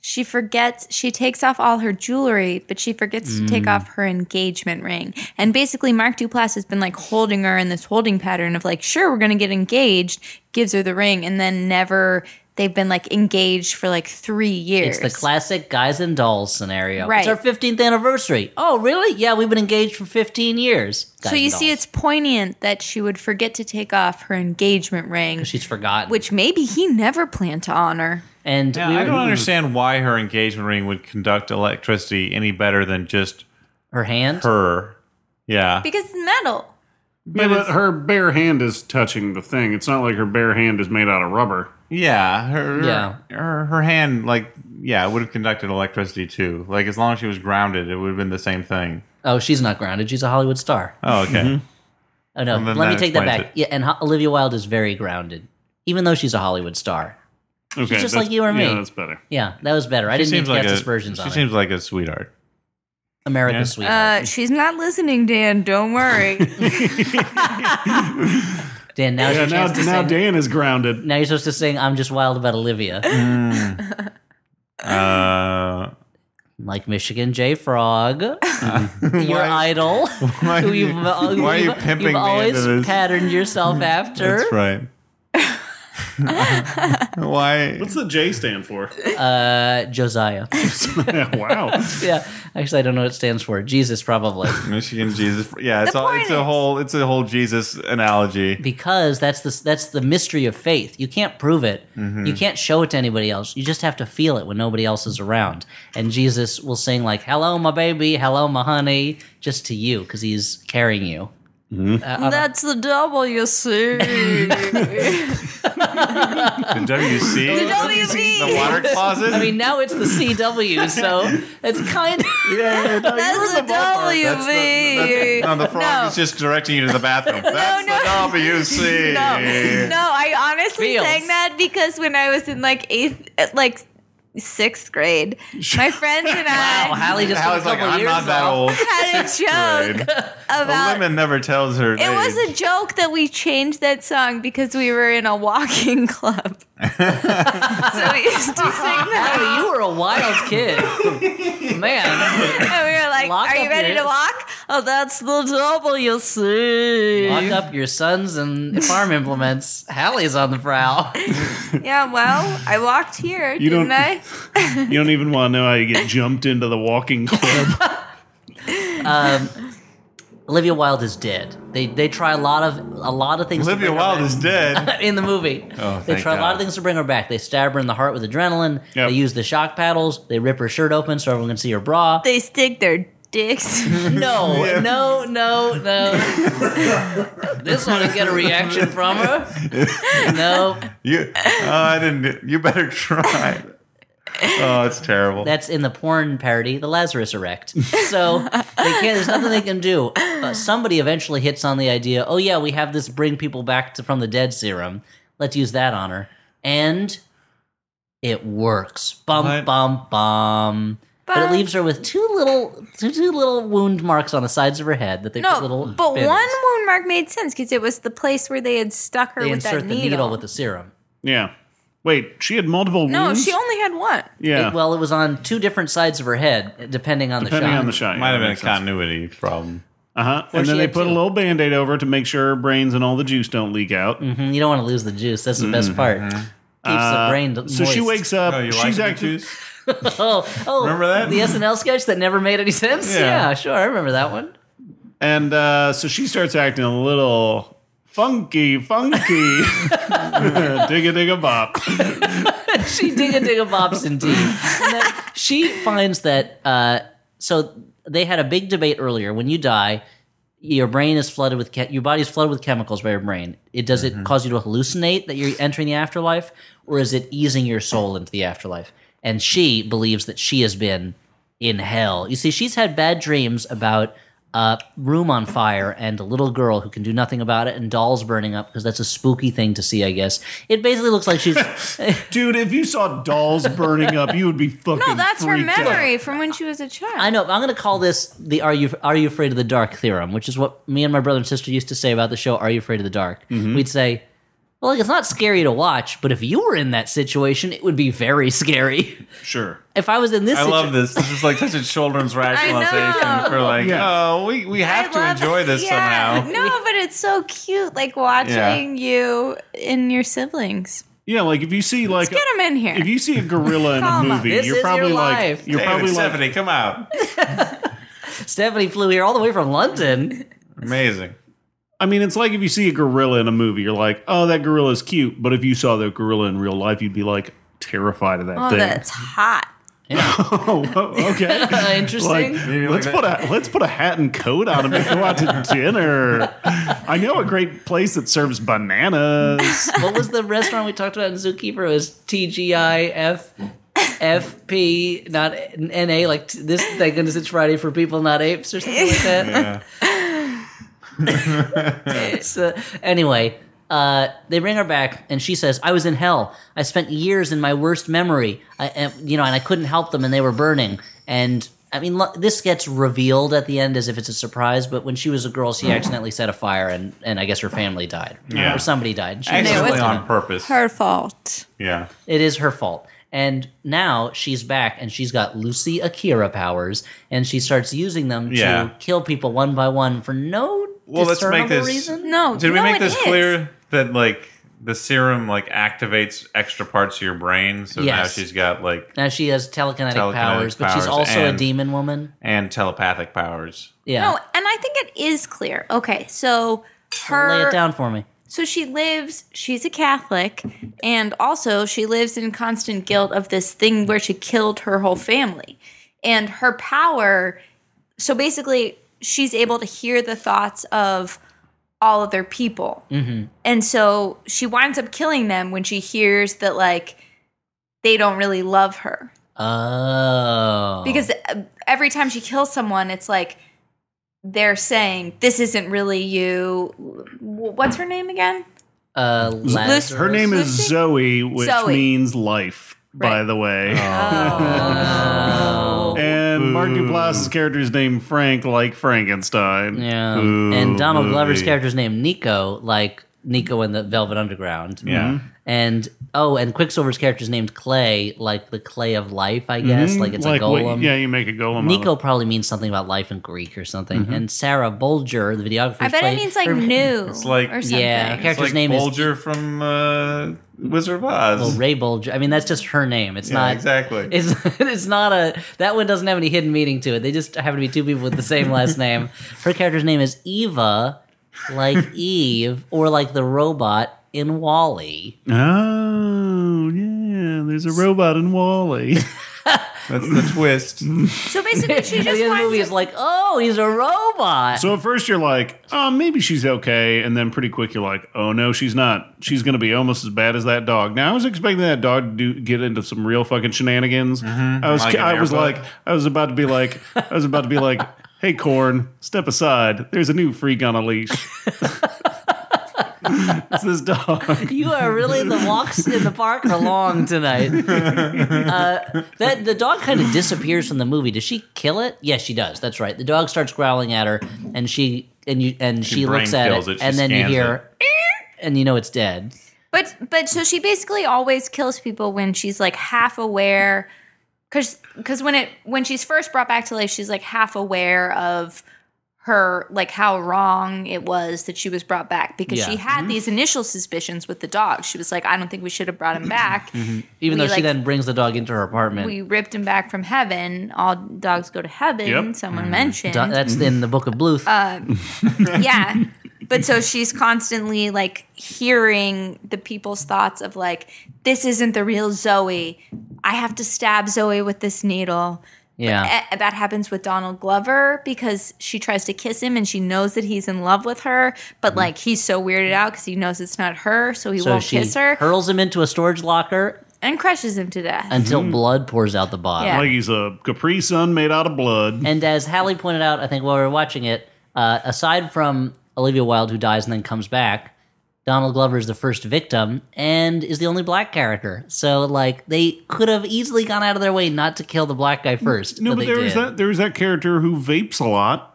she forgets, she takes off all her jewelry, but she forgets to Mm. take off her engagement ring. And basically, Mark Duplass has been like holding her in this holding pattern of like, sure, we're going to get engaged, gives her the ring, and then never, they've been like engaged for like three years. it's the classic guys and dolls scenario. It's Right. our 15th anniversary. Oh, really? Yeah, we've been engaged for 15 years. Guys so you and see, dolls. it's poignant that she would forget to take off her engagement ring, She's forgotten. which maybe he never planned to honor. and Yeah, we were, I don't understand why her engagement ring would conduct electricity any better than just her hand. her. Yeah. Because it's metal. Yeah, but her bare hand is touching the thing. It's not like her bare hand is made out of rubber. Yeah. Her, Yeah. Her, her hand, like, yeah, it would have conducted electricity too. Like, as long as she was grounded, it would have been the same thing. oh, she's not grounded. She's a Hollywood star. Oh, okay. Oh no, And then let me that take that explains back. it. Yeah, and Ho- Olivia Wilde is very grounded, even though she's a Hollywood star. Okay, just that's- like you or me. Yeah, that's better. Yeah, that was better. I She didn't need seems to like cast a, aspersions she on seems like a sweetheart. it. America's Yeah. sweetheart. Uh, she's not listening, Dan. Don't worry. Dan, now's Yeah, your now, chance to now sing. Dan is grounded. now you're supposed to sing "I'm Just Wild About Olivia," Mm. Uh, (laughs) like Michigan J. Frog, your idol, (laughs) why who are you- you've, uh, why are you you've- pimping you've me always into this? patterned yourself after. that's right. (laughs) (laughs) why? What's the J stand for? (laughs) uh, Josiah. (laughs) wow. yeah, actually, I don't know what it stands for. (laughs) Jesus, probably, Michigan Jesus. Yeah, it's The all, it's point a is- whole it's a whole Jesus analogy. because that's the that's the mystery of faith. You can't prove it. Mm-hmm. You can't show it to anybody else. You just have to feel it when nobody else is around. And Jesus will sing like "Hello, my baby," "Hello, my honey," just to you because he's carrying you. That's the double, you see. the The WC, the WB. water closet. (laughs) I mean, now it's the (laughs) CW, so it's kind of. yeah, no, That's you're in the ballpark. That's WB. the- that's- no, the frog No. is just directing you to the bathroom. That's (laughs) no. the WC. (laughs) No, no, I honestly Feels. sang that because when I was in like eighth, uh, like sixth grade, my friends and I Wow, Hallie just I took a was like, couple I'm years not that off. old. had a joke Right. A about. woman never tells her. It was a joke that we changed that song because we were in a walking (laughs) club. so we used to sing that. Allie, you were a wild kid. (laughs) Man, And we were like, Lock "Are up you ready your- to walk? Oh, that's the double you see." lock up your sons and farm implements. Hallie's on the prowl. Yeah, well, I walked here, You didn't don't- I? You don't even want to know how you get jumped into the walking (laughs) club. Olivia Wilde is dead. They they try a lot of a lot of things. to Olivia bring her Wilde back. is (laughs) dead. in the movie. Oh, they thank try a lot God. of things to bring her back. They stab her in the heart with adrenaline. Yep. They use the shock paddles. They rip her shirt open so everyone can see her bra. They stick their dicks. (laughs) no, Yeah. no, no, no. this one would get a reaction from her. (laughs) No, You, oh, I didn't. You better try. Oh, it's terrible. that's in the porn parody, the Lazarus Erect. So they can't. There's nothing they can do. Uh, somebody eventually hits on the idea. Oh yeah, we have this bring people back to, from the dead serum. Let's use that on her, and it works. Bum What? bum bum. But it Bum. leaves her with two little two, two little wound marks on the sides of her head that they put little. No, but pins. one wound mark made sense because it was the place where they had stuck her they with insert that the needle. needle. with the serum. yeah. Wait, she had multiple no, wounds? she only had one. Yeah. It- well, it was on two different sides of her head, depending on depending the shot. on the shot. Might have been a continuity problem. Uh huh. And she then they had put two. a little band aid over it to make sure her brains and all the juice don't leak out. Mhm, You don't want to lose the juice. That's the best part. Keeps the brain Mm-hmm. Uh, So she moist. wakes up. Oh, you Uh, she's like acting. juice? (laughs) Oh, oh, Remember that? the SNL sketch that never made any sense? Yeah. Yeah, sure, I remember that one. And uh, so she starts acting a little funky, funky. (laughs) digga digga bop. she digga digga bops indeed. And then she finds that uh, so they had a big debate earlier. When you die, your brain is flooded with che- your body's flooded with chemicals by your brain. It does it cause you to hallucinate that you're entering the afterlife, or is it easing your soul into the afterlife? And she believes that she has been in hell. You see, she's had bad dreams about a room on fire and a little girl who can do nothing about it and dolls burning up because that's a spooky thing to see, I guess. It basically looks like she's Dude, if you saw dolls burning up, you would be fucking. No, that's her freaked out. memory from when she was a child. I know. but I'm going to call this the "Are you Are you afraid of the dark?" theorem, which is what me and my brother and sister used to say about the show "Are You Afraid of the Dark." Mm-hmm. We'd say, "Well, like it's not scary to watch, but if you were in that situation, it would be very scary. (laughs) Sure. if I was in this, I situ- love this. This is like such a (laughs) children's rationalization know. for like, Yeah. oh, we, we have to enjoy this yeah. somehow. No, but it's so cute, like watching you and your siblings. Yeah, like if you see like Get them in here. if you see a gorilla in a Come on. movie, This you're is probably your like life. you're David, probably like Stephanie, come out. Stephanie flew here all the way from London. (laughs) Amazing. (laughs) I mean, it's like if you see a gorilla in a movie, you're like, oh, that gorilla's cute. But if you saw that gorilla in real life, you'd be like terrified of that oh, thing. that's hot. (laughs) oh, whoa, (laughs) okay. Interesting. Like, You let's like put a let's put a hat and coat on him and go out to dinner. I know a great place that serves (laughs) bananas. what was the restaurant we talked about in Zookeeper? It was TGIF. FP, not NA, like t- this, thank goodness it's Friday for people, not apes, or something like (laughs) that. Yeah. (laughs) So, anyway, uh, they bring her back, and she says, "I was in hell. I spent years in my worst memory. I, and, you know, and I couldn't help them, and they were burning." And I mean, lo- this gets revealed at the end as if it's a surprise. But when she was a girl, she accidentally set a fire, and and I guess her family died, Mm-hmm. Yeah. or somebody died. She- Accidentally it's- on purpose. Her fault. Yeah. it is her fault. And now she's back, and she's got Lucy Akira powers, and she starts using them Yeah. to kill people one by one for no Well, let's discernible make this- reason. No, Did we no, make it this is. clear that like the serum like activates extra parts of your brain? So now Yes. she's got like Now she has telekinetic, Telekinetic powers, but she's powers also a and- demon woman. and telepathic powers. Yeah. No, and I think it is clear. Okay, so Lay her it down for me. So she lives, she's a Catholic, and also she lives in constant guilt of this thing where she killed her whole family. And her power, so basically, she's able to hear the thoughts of all of their people. And so she winds up killing them when she hears that, like, they don't really love her. Oh. Because uh, every time she kills someone, it's like they're saying, This isn't really you. W- What's her name again? uh, Lazarus. Her name is Lucy? Zoe, which Zoe. means life. By Right. the way, (laughs) Oh. and Mark Duplass's character is named Frank, like Frankenstein. Yeah. Ooh, and Donald Glover's movie. character's name Nico, like Nico and the Velvet Underground. Yeah. Mm-hmm. And oh, and Quicksilver's character is named Clay, like the clay of life, I guess. Like it's a Mm-hmm. what- golem. yeah, you make a golem. out of- Nico probably means something about life in Greek or something. Mm-hmm. And Sarah Bolger, the videographer, I bet played, it means like her- new. It's like- or something. Yeah, It's character's like name is- Bulger from uh, Wizard of Well, Oz. Ray Bolger. I mean, that's just her name. It's Yeah, not exactly. It's (laughs) it's not a that one doesn't have any hidden meaning to it. They just happen to be two people with the same last name. Her character's name is Eva, like Eve, or like the robot in Wally. Oh yeah, there's a robot in (laughs) Wally. That's (laughs) the twist. So basically, she And just the other wants movie is like, oh, he's a robot. so at first you're like, oh, maybe she's okay, and then pretty quick you're like, oh no, she's not. She's gonna be almost as bad as that dog. Now I was expecting that dog to do, get into some real fucking shenanigans. Mm-hmm. I was, Like an I was airboat. like, I was about to be like, I was about to (laughs) be like, hey, corn, step aside. There's a new freak on (laughs) a leash. it's this dog. you are really the walks in the park are long tonight. Uh, that the dog kind of disappears from the movie. Does she kill it? Yes, she does. That's right. The dog starts growling at her, and she and you and she, brain looks at kills it, it. She and then you scans hear, "Eh," and you know it's dead. But but so she basically always kills people when she's like half aware, because because when it when she's first brought back to life, she's like half aware of her like how wrong it was that she was brought back because she Yeah. Mm-hmm. had these initial suspicions with the dog. She was like, I don't think we should have brought him back. Mm-hmm. Even We, though she like- then brings the dog into her apartment. We ripped him back from heaven. All dogs go to heaven. Yep. Someone Mm-hmm. mentioned Do- that's in the Book of Bluth. Uh, (laughs) yeah but so she's constantly like hearing the people's thoughts of like this isn't the real zoe i have to stab zoe with this needle yeah. A- that happens with donald glover because she tries to kiss him and she knows that he's in love with her but Mm-hmm. like he's so weirded out because he knows it's not her so he So won't she kiss her hurls him into a storage locker and crushes him to death until Mm-hmm. blood pours out the bottom. Yeah. Like he's a Capri Sun made out of blood. And as Hallie pointed out, I think while we were watching it, uh, aside from Olivia Wilde, who dies and then comes back, Donald Glover is the first victim and is the only black character. So, like, they could have easily gone out of their way not to kill the black guy first. No, but, they there was did. that there was that character who vapes a lot.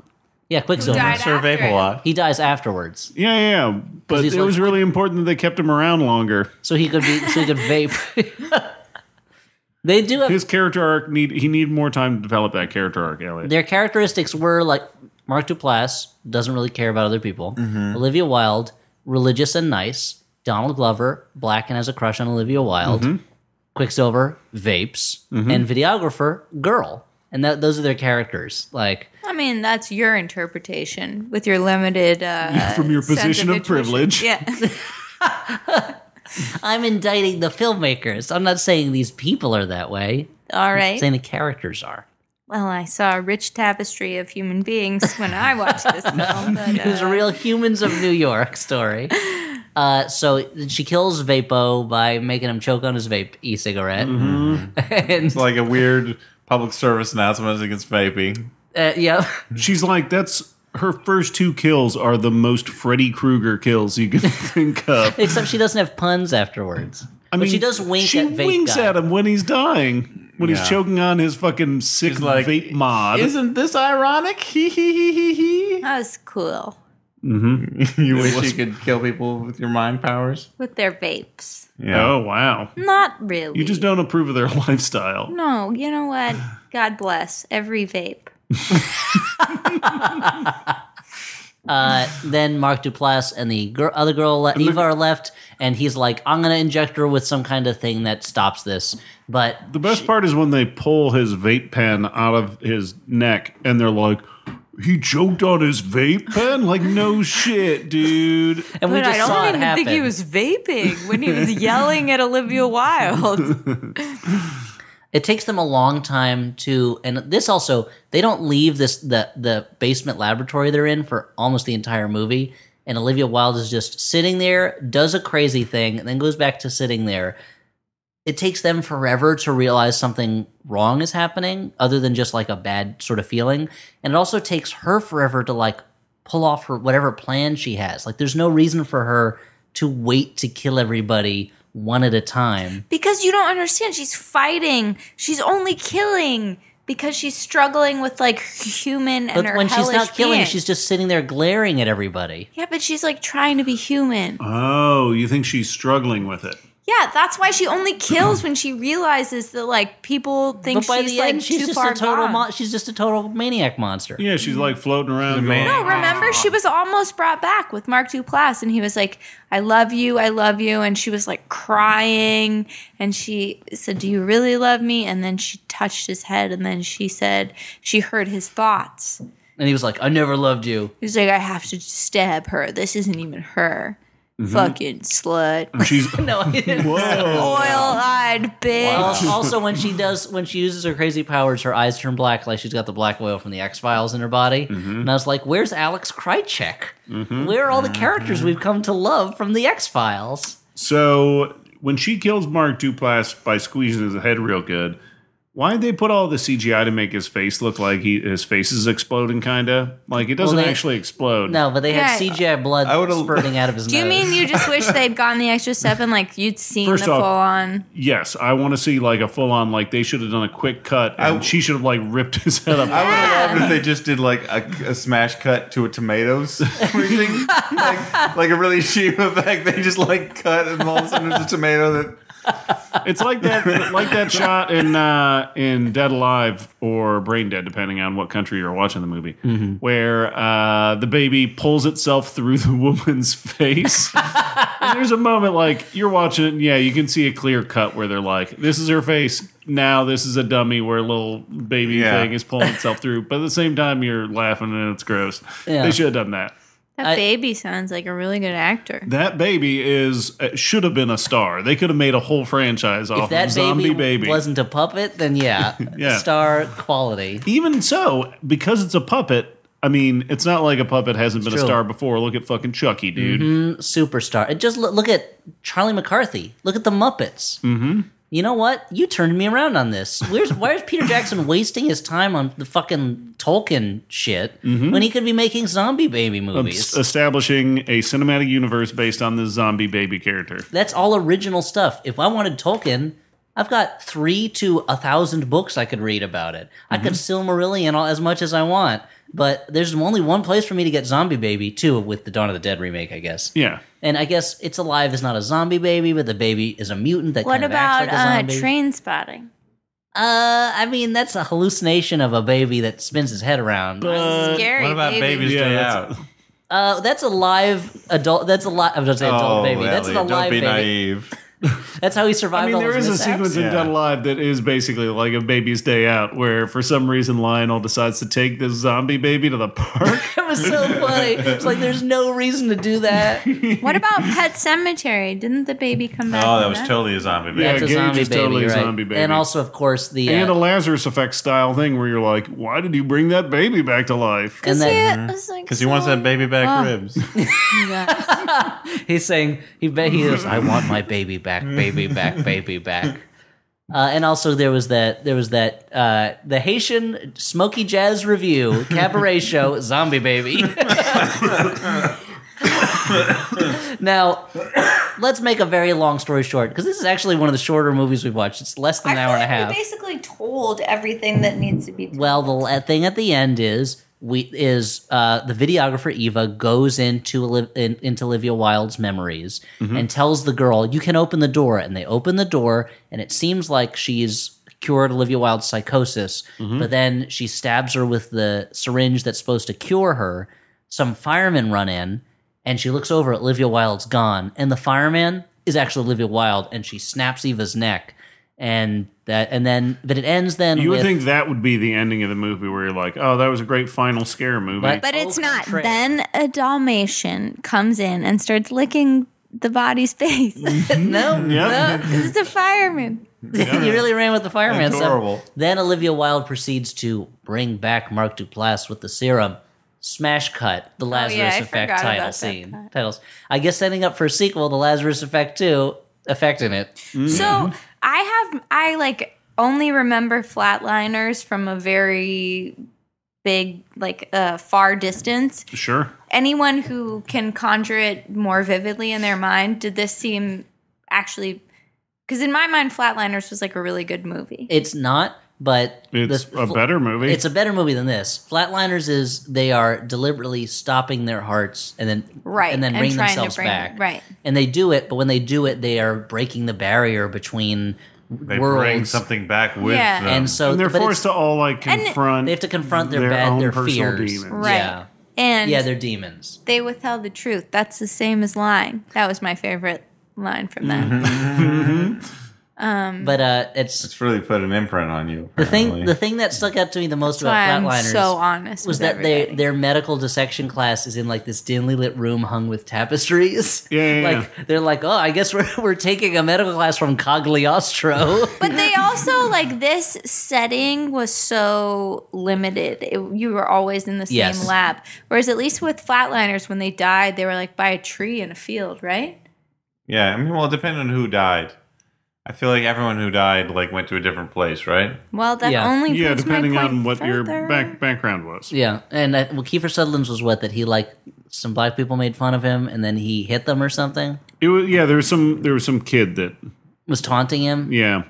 Yeah, Quicksilver. Who died Sir after it. Vapolat. He dies afterwards, Yeah, yeah, yeah. But it he's like- was really important that they kept him around longer. so he could be so he could vape. (laughs) they do have His character arc need he needed more time to develop that character arc, Elliot. their characteristics were like Mark Duplass doesn't really care about other people. Olivia Wilde, religious and nice. Donald Glover, black and has a crush on Olivia Wilde. Quicksilver, vapes, and videographer, girl. And that, those are their characters. Like, i mean that's your interpretation with your limited uh From your sense position of intuition. privilege. yeah (laughs) I'm indicting the filmmakers. I'm not saying these people are that way. all right I'm saying the characters are. Well, I saw a rich tapestry of human beings when I watched (laughs) this film. But, It was a uh, real humans of New York story. Uh, so she kills Vapo by making him choke on his vape e-cigarette, (laughs) and It's like a weird public service announcement against vaping. uh, yeah, (laughs) She's like, that's her first two kills are the most Freddy Krueger kills you can (laughs) think of. Except she doesn't have puns afterwards. I but she does wink she at vape winks guy. at him when he's dying. When Yeah. he's choking on his fucking sick She's like, vape mod. Isn't this ironic? Hee hee hee hee hee. that was cool (laughs) You wish you could kill people with your mind powers? with their vapes. Yeah. oh wow. Not really. You just don't approve of their (laughs) lifestyle. No, you know (sighs) what? God bless every vape. Uh, then Mark Duplass and the gir- other girl, le- Eva, are left, and he's like, "I'm gonna inject her with some kind of thing that stops this." But The best part is when they pull his vape pen out of his neck and they're like, he choked on his vape pen? Like, no (laughs) shit, dude. and we But just I don't saw it even happen. think he was vaping when he was yelling at (laughs) Olivia Wilde. it takes them a long time to, and this also they don't leave this the the basement laboratory they're in for almost the entire movie. And Olivia Wilde is just sitting there, does a crazy thing, and then goes back to sitting there. it takes them forever to realize something wrong is happening other than just like a bad sort of feeling and it also takes her forever to like pull off her whatever plan she has like there's no reason for her to wait to kill everybody one at a time because you don't understand. She's fighting. She's only killing because she's struggling with like human and But her when she's hellish not killing, being. she's just sitting there glaring at everybody. yeah, but she's like trying to be human. Oh, you think she's struggling with it? Yeah, that's why she only kills when she realizes that like people think But by she's the like end, she's too just far a total gone. mon she's just a total maniac monster. Yeah, she's like floating around. The going, man- No, remember she was almost brought back with Mark Duplass, and he was like, "I love you, I love you," and she was like crying, and she said, "Do you really love me?" And then she touched his head, and then she said she heard his thoughts. And he was like, "I never loved (laughs) you." He was like, "I have to stab her. This isn't even her, fucking slut, (laughs) (laughs) She's No, I didn't. whoa. oil-eyed bitch." Al- also, when she does, when she uses her crazy powers, her eyes turn black, like she's got the black oil from the X Files in her body. Mm-hmm. And I was like, "Where's Alex Krychek? Where are all the Mm-hmm. characters we've come to love from the X Files?" So when she kills Mark Duplass by squeezing his head real good, why'd they put all the CGI to make his face look like he, his face is exploding? Kinda like it doesn't Well, they- actually explode. No, but they had Yeah. CGI blood I would've- spurting (laughs) out of his Do you nose. mean you just wish they'd gone the extra step and like you'd seen First the off- full-on? Yes, I want to see like a full on like they should have done a quick cut and I- she should have like ripped his head up. I would have loved if they just did like a, a smash cut to a (laughs) tomatoes, thing. like like a really cheap effect. They just like cut and all of a sudden there's a tomato that It's like that, like (laughs) that shot in uh, in Dead Alive or Brain Dead, depending on what country you're watching the movie, Mm-hmm. where uh, the baby pulls itself through the (laughs) woman's face. and there's a moment like you're watching it, and yeah, you can see a clear cut where they're like, "This is her face." Now this is a dummy where a little baby Yeah. thing is pulling itself through, but at the same time you're laughing and it's gross. Yeah. They should have done that. That I- baby sounds like a really good actor. That baby is uh, should have been a star. They could have made a whole franchise off if that of (laughs) zombie baby, baby. wasn't a puppet, then yeah, (laughs) Yeah. star quality. Even so, because it's a puppet, I mean, it's not like a puppet hasn't been true. Mm-hmm. a star before. Look at fucking Chucky, dude. superstar. And just look, look at Charlie McCarthy. Look at the Muppets. Mm-hmm. You know what? You turned me around on this. Where's why is Peter Jackson wasting his time on the fucking Tolkien shit when he could be making zombie baby movies? S- Establishing a cinematic universe based on this zombie baby character. That's all original stuff. If I wanted Tolkien, I've got three to a thousand books I could read about it. I could Silmarillion all, as much as I want, but there's only one place for me to get Zombie Baby, too, with the Dawn of the Dead remake, I guess. Yeah. And I guess It's Alive is not a zombie baby, but the baby is a mutant that What kind of about acts like a uh, zombie. train spotting? uh, I mean, that's a hallucination of a baby that spins his head around. Scary Uh, What about baby. babies Yeah, day out? that's- Uh, that's a live adult. That's a live. I was going to say adult Oh, baby. that's an Elliot, alive Oh, don't be baby. naive. That's how he survived. I mean, all there his is a mishaps. (laughs) sequence in Yeah. Dead Alive that is basically like a baby's day out, where for some reason Lionel decides to take this zombie baby to (laughs) the park. It was (laughs) so funny. It's like there's no reason to do that. (laughs) What about Pet Cemetery? Didn't the baby come back? Oh, that in was totally a zombie baby. Yeah, That's a Gage zombie is baby, totally a right? zombie baby. And also, of course, the uh, and a Lazarus effect style thing where you're like, why did you bring that baby back to life? and that Because Because Mm-hmm. he wants that baby back ribs. (laughs) he's saying he bet he is. I want my baby back, baby back, baby back. (laughs) Uh, and also, there was that there was that uh, the Haitian Smoky Jazz Review (laughs) cabaret show Zombie Baby. (laughs) now, let's make a very long story short because this is actually one of the shorter movies we've watched. It's less than an hour and a half. basically told everything that needs to be told. Well, the la- thing at the end is we is uh, the videographer Eva goes into Oli- in, into Olivia Wilde's memories Mm-hmm. and tells the girl, "You can open the door." And they open the door, and it seems like she's cured Olivia Wilde's psychosis. Mm-hmm. But then she stabs her with the syringe that's supposed to cure her. Some firemen run in, and she looks over. Olivia Wilde's gone, and the fireman is actually Olivia Wilde, and she snaps Eva's neck. And that, and then, but it ends then. You would with, think that would be the ending of the movie where you're like, oh, that was a great final scare movie. But- But it's Au not. contraire. Then a Dalmatian comes in and starts licking the body's (laughs) face. (laughs) (laughs) no, (laughs) Yeah. no. Because it's a fireman. (laughs) you really ran with the fireman stuff. Adorable. Then Olivia Wilde proceeds to bring back Mark Duplass with the serum. Smash cut the Lazarus Oh, yeah, I Effect forgot about title that scene. cut. Titles. I guess setting up for a sequel, The Lazarus Effect 2, effect in it. Mm-hmm. So I have I like only remember flatliners from a very big like uh, far distance. Sure. Anyone who can conjure it more vividly in their mind, did this seem actually? Because in my mind, Flatliners was like a really good movie. It's not, but It's the- a better movie. It's a better movie than this. Flatliners is they are deliberately stopping their hearts and then Right, and then and bring trying to themselves bring- back. right. and they do it, but when they do it, they are breaking the barrier between They worlds. bring something back with Yeah. them. and so and they're but it's- forced to all like And confront. they have to confront their, their bad own their personal fears. demons. Right. Yeah, And yeah, they're demons. they withheld the truth. That's the same as lying. That was my favorite line from that. Mm-hmm. Mm. But uh, it's it's really put an imprint on you. the thing. apparently. The thing that stuck out to me the most That's why about I'm Flatliners so honest. was with that they, everybody. their medical dissection class is in like this dimly lit room hung with tapestries. (laughs) Yeah, yeah, like they're like, oh, I guess we're (laughs) we're taking a medical class from Cagliostro. (laughs) But they also like this setting was so limited. It, you were always in the same Yes. lab. Whereas at least with flatliners, when they died, they were like by a tree in a field, right? yeah, I mean, well, depending on who died. I feel like everyone who died like went to a different place, right? Well, that Yeah. only yeah, puts my depending point on what further. your back, background was. yeah, and I, well, Kiefer Sutherland's was what that he like some black people made fun of him and then he hit them or something It was, yeah, there was some there was some kid that was taunting him. yeah,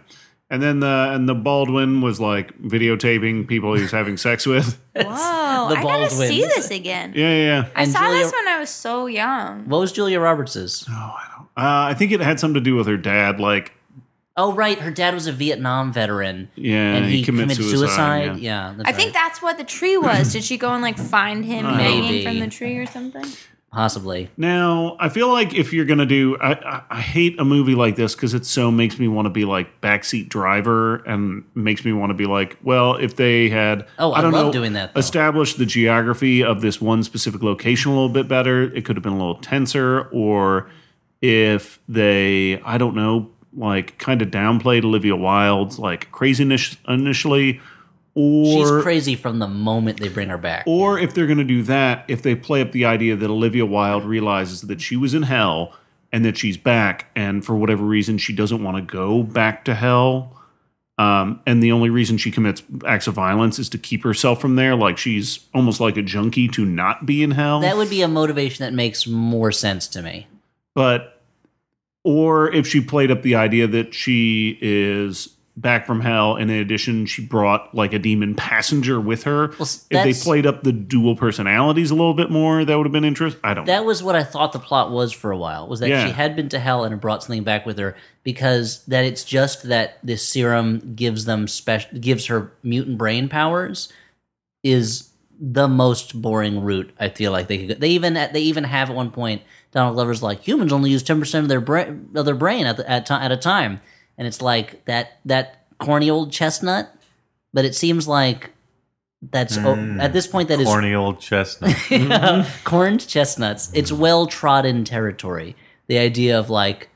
and then the and the Baldwin was like videotaping people he was having sex with. (laughs) Whoa! I gotta Baldwins. see this again. Yeah, yeah. yeah. I And saw Julia- this when I was so young. What was Julia Roberts's? Uh, I think it had something to do with her dad. Like Oh, right, her dad was a Vietnam veteran. Yeah, and he, he committed committed suicide. suicide, Yeah, that's I think right. that's what the tree was. Did she go and like find him hanging Maybe. from the tree or something? possibly. now, I feel like if you're gonna do, I I, I hate a movie like this because it so makes me want to be like backseat driver and makes me want to be like, well, if they had, Oh, I don't love know, doing that, though. Establish the geography of this one specific location a little bit better. It could have been a little tenser, or if they, I don't know, like kind of downplayed Olivia Wilde's like craziness initially. Or She's crazy from the moment they bring her back. Or if they're going to do that, if they play up the idea that Olivia Wilde realizes that she was in hell and that she's back, and for whatever reason she doesn't want to go back to hell, um, and the only reason she commits acts of violence is to keep herself from there, like she's almost like a junkie to not be in hell. That would be a motivation that makes more sense to me. but or if she played up the idea that she is back from hell and in addition she brought like a demon passenger with her s- if they that's- played up the dual personalities a little bit more that would have been interest i don't That was what I thought the plot was for a while. Was that Yeah. she had been to hell and had brought something back with her because that it's just that this serum gives them special gives her mutant brain powers is the most boring route. I feel like they could. Go. They even they even have at one point Donald Glover's like humans only use ten percent of their brain of their brain at the, at, ti- at a time, and it's like that that corny old chestnut. But it seems like that's Hmm. oh, at this point that is Corny old chestnut. (laughs) corned chestnuts. It's well trodden territory. The idea of like,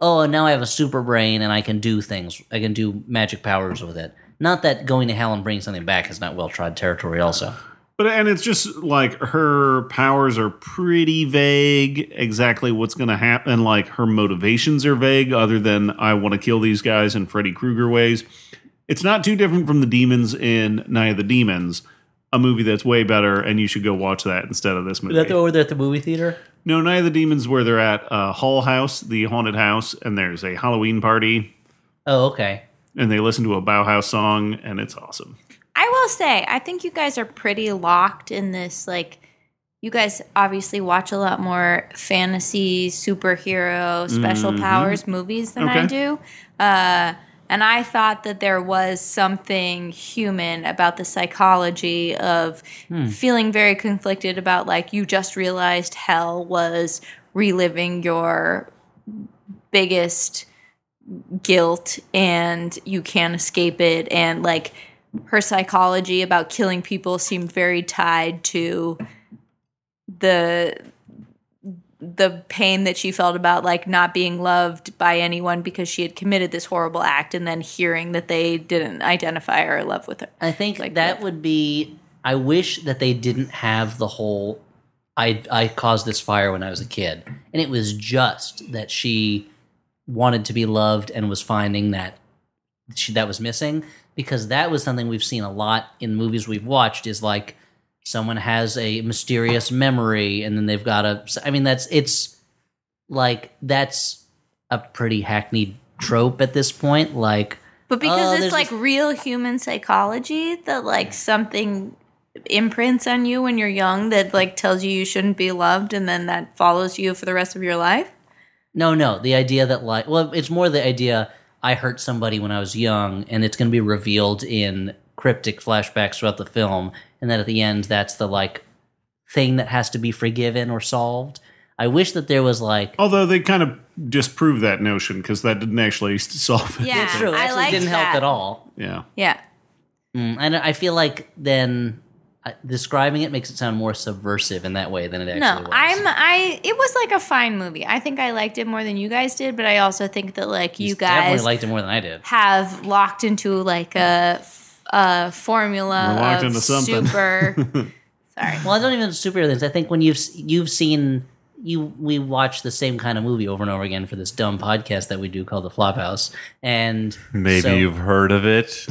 oh, now I have a super brain and I can do things. I can do magic powers with it. Not that going to hell and bringing something back is not well trod territory. Also, but and it's just like her powers are pretty vague exactly what's going to happen like her motivations are vague other than i want to kill these guys in freddy krueger ways it's not too different from the demons in night of the demons a movie that's way better and you should go watch that instead of this movie over there at the movie theater. No, Night of the Demons, where they're at uh, Hall House, the haunted house, and there's a Halloween party, Oh, okay. and they listen to a Bauhaus song, and it's awesome. I will say, I think you guys are pretty locked in this. Like, you guys obviously watch a lot more fantasy, superhero, special powers movies than I Okay. do. Uh, and I thought that there was something human about the psychology of feeling very conflicted about, like, you just realized hell was reliving your biggest guilt and you can't escape it and like her psychology about killing people seemed very tied to the the pain that she felt about like not being loved by anyone because she had committed this horrible act and then hearing that they didn't identify or are in love with her I think Like that that. would be. I wish that they didn't have the whole. I I caused this fire when I was a kid, and it was just that she wanted to be loved and was finding that she that was missing because that was something we've seen a lot in movies we've watched is like someone has a mysterious memory and then they've got a I mean that's it's like that's a pretty hackneyed trope at this point like But because Oh, it's there's like real human psychology that like something imprints on you when you're young that like tells you you shouldn't be loved and then that follows you for the rest of your life. No, no. The idea that like, well, it's more the idea I hurt somebody when I was young, and it's going to be revealed in cryptic flashbacks throughout the film, and then at the end, that's the like thing that has to be forgiven or solved. I wish that there was like. Oh, Although they kind of disprove that notion because that didn't actually (laughs) s- solve it. Yeah, It's true. It I actually like didn't help that. at all. Yeah. Yeah. Mm, and I feel like then uh, describing it makes it sound more subversive in that way than it actually No, was. I'm I it was like a fine movie. I think I liked it more than you guys did, but I also think that like you guys definitely liked it more than I did. have locked into like a, a formula We're locked of into something. (laughs) super. sorry. Well, I don't even superhero things. I think when you've you've seen you we watch the same kind of movie over and over again for this dumb podcast that we do called the Flophouse, and (laughs) Maybe so, you've heard of it.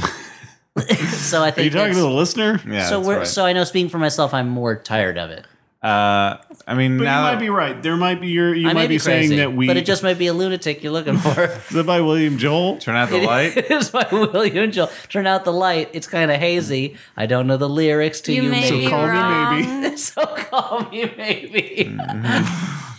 So I Are you think talking to that's- the listener? Yeah. so that's we're right. so I know speaking for myself, I'm more tired of it. Uh, I mean, But now you that- might be right. There might be your. You I might may be, saying crazy, that we. but it just might be a lunatic you're looking for. (laughs) is that by William Joel. turn out the (laughs) light. it is by Will Angel. Turn out the light. It's kind of hazy. I don't know the lyrics to You you. may So be call me wrong. maybe. (laughs) so call me maybe. Hmm.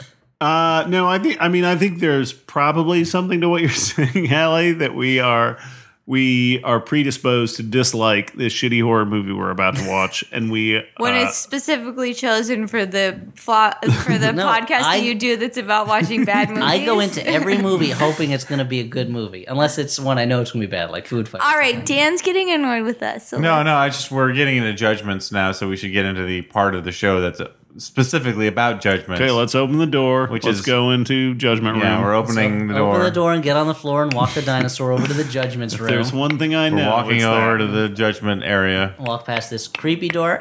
Uh, no, I think. I mean, I think there's probably something to what you're (laughs) saying, Hallie. That we are. We are predisposed to dislike this shitty horror movie we're about (laughs) to watch, and we (laughs) When uh, it's specifically chosen for the flaw, for (laughs) the No, podcast I- that you do that's about watching bad (laughs) movies. I go into every movie hoping it's going to be a good movie, unless it's one I know it's going to be bad, like Food Fight. All right, Dan's getting annoyed with us. So No, no. I just we're getting into judgments now, so we should get into the part of the show that's uh, specifically about judgments. okay. Let's open the door. Which let's is- go into judgment yeah, room. we're opening the door. Open the door and get on the floor and walk the dinosaur over (laughs) to the judgments room. There's one thing I We're know. walking it's that. over to the judgment area. Walk past this creepy door.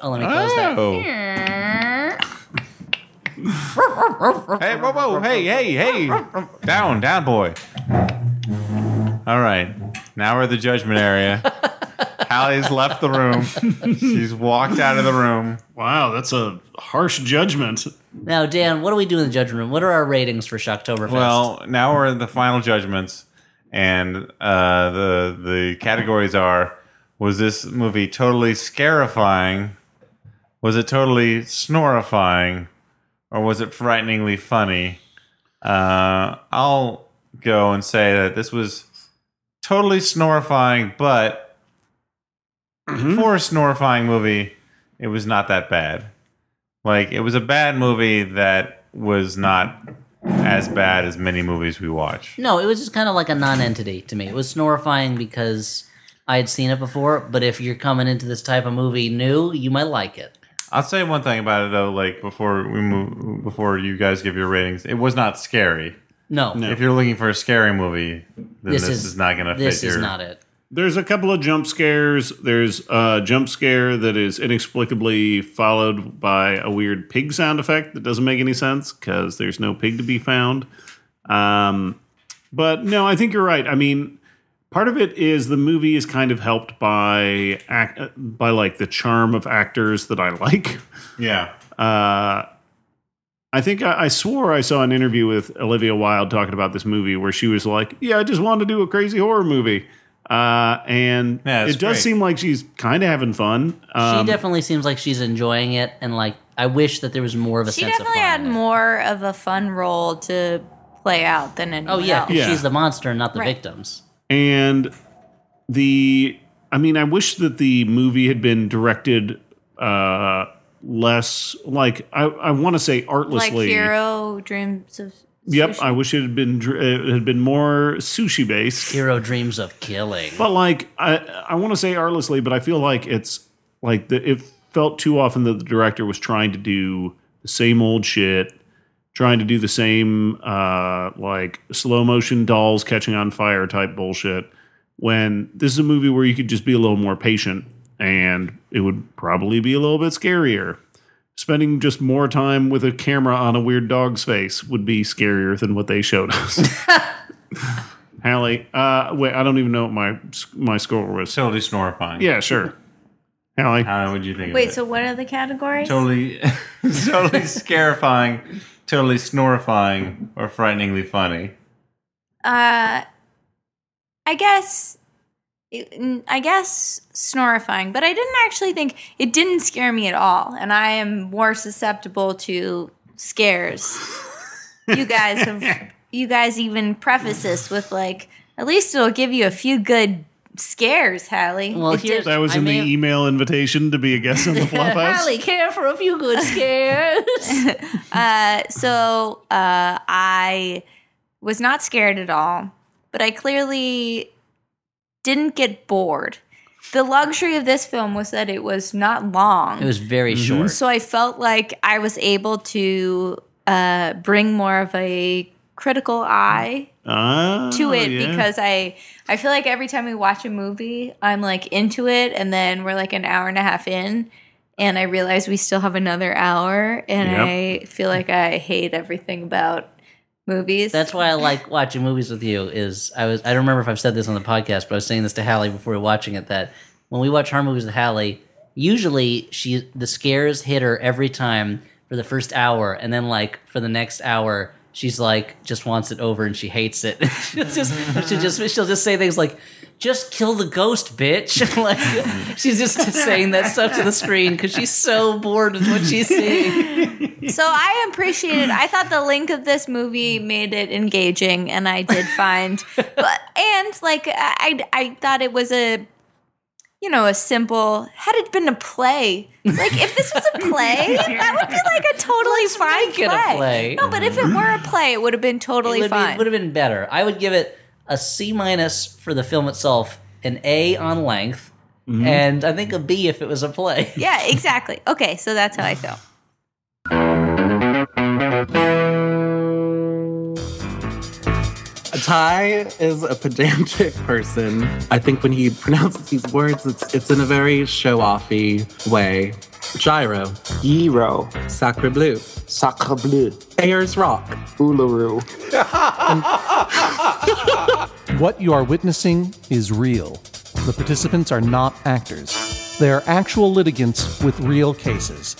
Oh, let me close Oh. Hey, whoa, whoa, hey, hey, hey. Down, down, boy. All right. Now we're at the judgment area. Hallie's left the room. She's walked out of the room. Wow, that's a harsh judgment. that. (laughs) Now, Dan, what do we do in the judgment room? What are our ratings for Shocktoberfest? Well, now we're in the final judgments, and uh, the the categories are: was this movie totally scarifying? Was it totally snorifying, or was it frighteningly funny? Uh, I'll go and say that this was totally snorifying, but for a snorifying movie, it was not that bad. Like it was a bad movie that was not as bad as many movies we watch. no, it was just kind of like a non-entity to me. It was snorifying because I had seen it before, but if you're coming into this type of movie new, you might like it. I'll say one thing about it though, like before we move, before you guys give your ratings, it was not scary. No, If you're looking for a scary movie, then this, is, not going to fit This is your- not it. There's a couple of jump scares. There's a jump scare that is inexplicably followed by a weird pig sound effect that doesn't make any sense because there's no pig to be found. Um, but no, I think you're right. I mean, part of it is the movie is kind of helped by act, by like the charm of actors that I (laughs) like. Yeah. Uh, I think I, I swore I saw an interview with Olivia Wilde talking about this movie where she was like, "Yeah, I just wanted to do a crazy horror movie," uh, and Yeah, it that's does great. seem like she's kind of having fun. She Um, definitely seems like she's enjoying it, and like I wish that there was more of a she sense definitely of fun had in it. more of a fun role to play out than anyone Oh yeah, else. 'cause Yeah. she's the monster, and not the Right. victims. and the, I mean, I wish that the movie had been directed uh, less like I, I want to say Like artlessly. hero dreams of. Yep, Sushi. I wish it had been dr- it had been more sushi based. Hero dreams of killing. But like I I want to say artlessly, but I feel like it's like the, it felt too often that the director was trying to do the same old shit, trying to do the same uh like slow motion dolls catching on fire type bullshit when this is a movie where you could just be a little more patient and it would probably be a little bit scarier. Spending just more time with a camera on a weird dog's face would be scarier than what they showed us. Hallie, uh, wait, I don't even know what my my score was. Totally snorifying. yeah, sure. Hallie, Uh, How would you think of Wait, it? so what are the categories? totally, (laughs) (laughs) totally scarifying, totally snorifying, or frighteningly funny. Uh, I guess, it- I guess snorifying, but I didn't actually think it didn't scare me at all, and I am more susceptible to scares. you guys have, you guys even preface this with like, at least it'll give you a few good scares, Hallie. Well, It here's- did- That was I in may the e- have- email invitation to be a guest (laughs) on the Flophouse. Holly, care for a few good scares. (laughs) Uh, so uh, I was not scared at all, but I clearly didn't get bored. The luxury of this film was that it was not long. it was very short. so I felt like I was able to uh, bring more of a critical eye Ah, to it yeah. because I I feel like every time we watch a movie, I'm like into it, and then we're like an hour and a half in, and I realize we still have another hour, and I feel like I hate everything about movies. That's why I like watching movies with you. Is I was I don't remember if I've said this on the podcast, but I was saying this to Hallie before we were watching it that when we watch horror movies with Hallie, usually she the scares hit her every time for the first hour, and then like for the next hour. She's like, just wants it over, and she hates it. (laughs) she'll just, she'll just, she'll just say things like, "Just kill the ghost, bitch." (laughs) like, she's just saying that stuff to the screen because she's so bored with what she's seeing. so I appreciated. I thought the link of this movie made it engaging, and I did (laughs) find, but and like I I thought it was a. You know, a simple. Had it been a play, like if this was a play, that would be like a totally fine make it a play. No, but if it were a play, it would have been totally would fine. Be, would have been better. I would give it a C minus for the film itself, an A on length, and I think a B if it was a play. (laughs) yeah, exactly. Okay, so that's how I feel. Ty is a pedantic person. I think when he pronounces these words, it's it's in a very show-offy way. Gyro, Gyro, Sacre Bleu, Sacre Bleu, Ayers Rock. Uluru. What you are witnessing is real. The participants are not actors. They are actual litigants with real cases.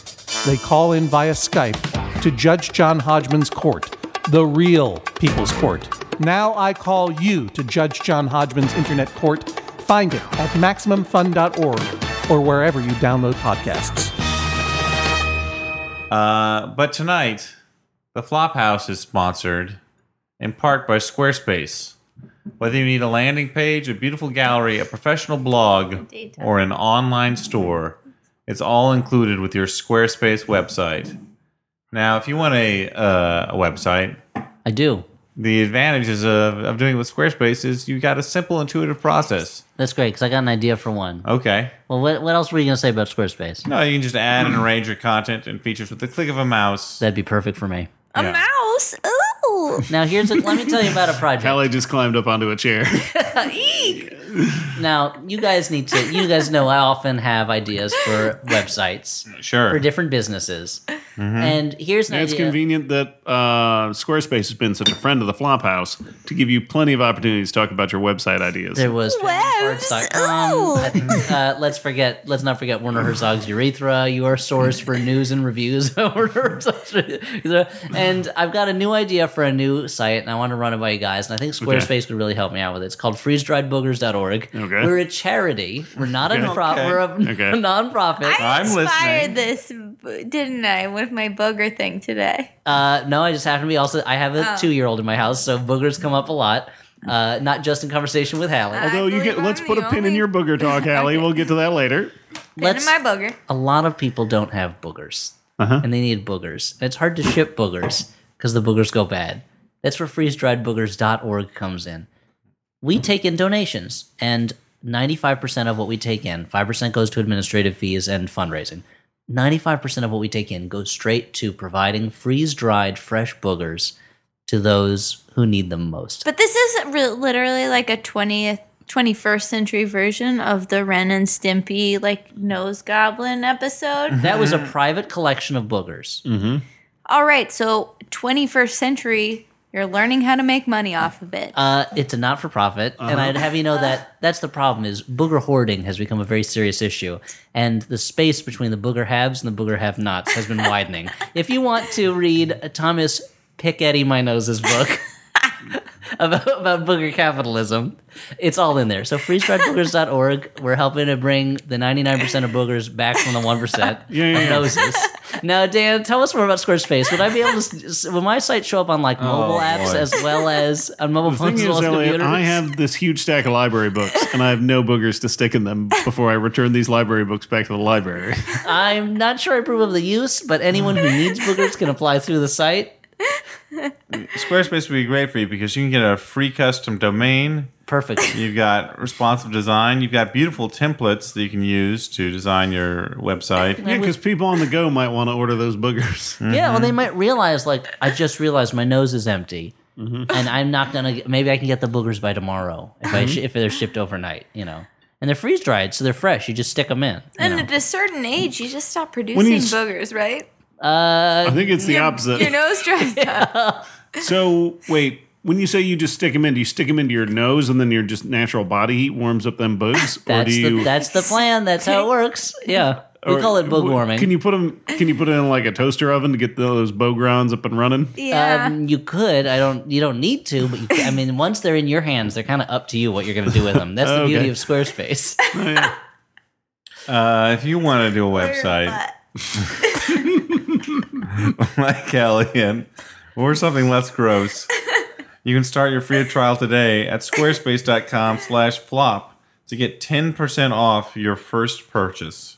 They call in via Skype to Judge John Hodgman's court, the real People's Court. Now I call you to Judge John Hodgman's internet court. Find it at MaximumFun.org or wherever you download podcasts. Uh, but tonight, the Flophouse is sponsored in part by Squarespace. Whether you need a landing page, a beautiful gallery, a professional blog, or an online store, it's all included with your Squarespace website. Now, if you want a, uh, a website, I do. the advantages of, of doing it with Squarespace is you got a simple, intuitive process. That's great because I got an idea for one. Okay. Well, what, what else were you going to say about Squarespace? No, you can just add and arrange your content and features with the click of a mouse. That'd be perfect for me. A Yeah. mouse. (laughs) Ooh. Now here's a, let me tell you about a project. Hallie just climbed up onto a chair. Now you guys need to. You guys know I often have ideas for websites for Sure. different businesses, and here's an (laughs) it's idea. convenient that uh, Squarespace has been such a friend of the Flophouse to give you plenty of opportunities to talk about your website ideas. There was Webs. PartsCom. Ooh. I think, uh, let's forget. Let's not forget Werner Herzog's Urethra, your source for news and reviews. (laughs) of Werner Herzog's Urethra. and I've got a new idea for a new site, and I want to run it by you guys. And I think Squarespace could really help me out with it. It's called FreezeDriedBoogers.org. Okay. We're a charity. We're not a profit. We're a Okay. (laughs) nonprofit. I I'm inspired this, b- didn't I, with my booger thing today? Uh, no, I just happen to be also. I have a Oh. two-year-old in my house, so boogers come up a lot. Uh, not just in conversation with Hallie. I Although you believe get, let's I'm put the a pin in only- your booger talk, (laughs) Hallie. We'll get to that later. Pin in my booger. a lot of people don't have boogers and they need boogers. And it's hard to ship boogers because the boogers go bad. That's where freeze-driedboogers.org comes in. We take in donations, and 95% of what we take in, 5% goes to administrative fees and fundraising. 95% of what we take in goes straight to providing freeze-dried fresh boogers to those who need them most. But this is re- literally like a 20th, 21st century version of the Ren and Stimpy, like, nose goblin episode. that was a private collection of boogers. All right, so 21st century, you're learning how to make money off of it. Uh, it's a not for profit, and Uh-huh. I'd have you know that that's the problem is booger hoarding has become a very serious issue, and the space between the booger haves and the booger have nots has been (laughs) widening. if you want to read Thomas Piketty My Nose's book, (laughs) about, about booger capitalism. It's all in there. So freeze-driedboogers.org. We're helping to bring the 99% of boogers back from the (laughs) 1% yeah, of yeah. noses. Now, Dan, tell us more about Squarespace. Would I be able to, s- will my site show up on Oh, like mobile apps boy. as well as on mobile The thing phones as well is, as Elliot, computers? I have this huge stack of library books, and I have no boogers to stick in them before I return these library books back to the library. (laughs) I'm not sure I approve of the use, but anyone who needs boogers can apply through the site. Squarespace would be great for you because you can get a free custom domain. Perfect. You've got responsive design. You've got beautiful templates that you can use to design your website. yeah, because people on the go might want to order those boogers. Uh, Yeah, well, they might realize, like, I just realized my nose is empty, Mm-hmm. and I'm not gonna. Get, maybe I can get the boogers by tomorrow if I sh- if they're shipped overnight, you know. And they're freeze dried, so they're fresh. You just stick them in. you And know. at a certain age, you just stop producing When you s- boogers, right? I think it's the opposite. Your nose dries up. So wait, when you say you just stick them in, do you stick them into your nose and then your just natural body heat warms up (laughs) them bugs, or That's do the you? that's the plan. That's how (laughs) it works. Yeah, we or- call it bug warming. Can you put them? Can you put it in like a toaster oven to get those bogrons up and running? Yeah. Um, you could. I don't. You don't need to. But you, I mean, once they're in your hands, they're kind of up to you what you're going to do with them. That's the Okay. beauty of Squarespace. Uh, if you want to do a website (laughs) like Elliot or something less gross, you can start your free trial today at squarespace.com slash flop to get 10% off your first purchase.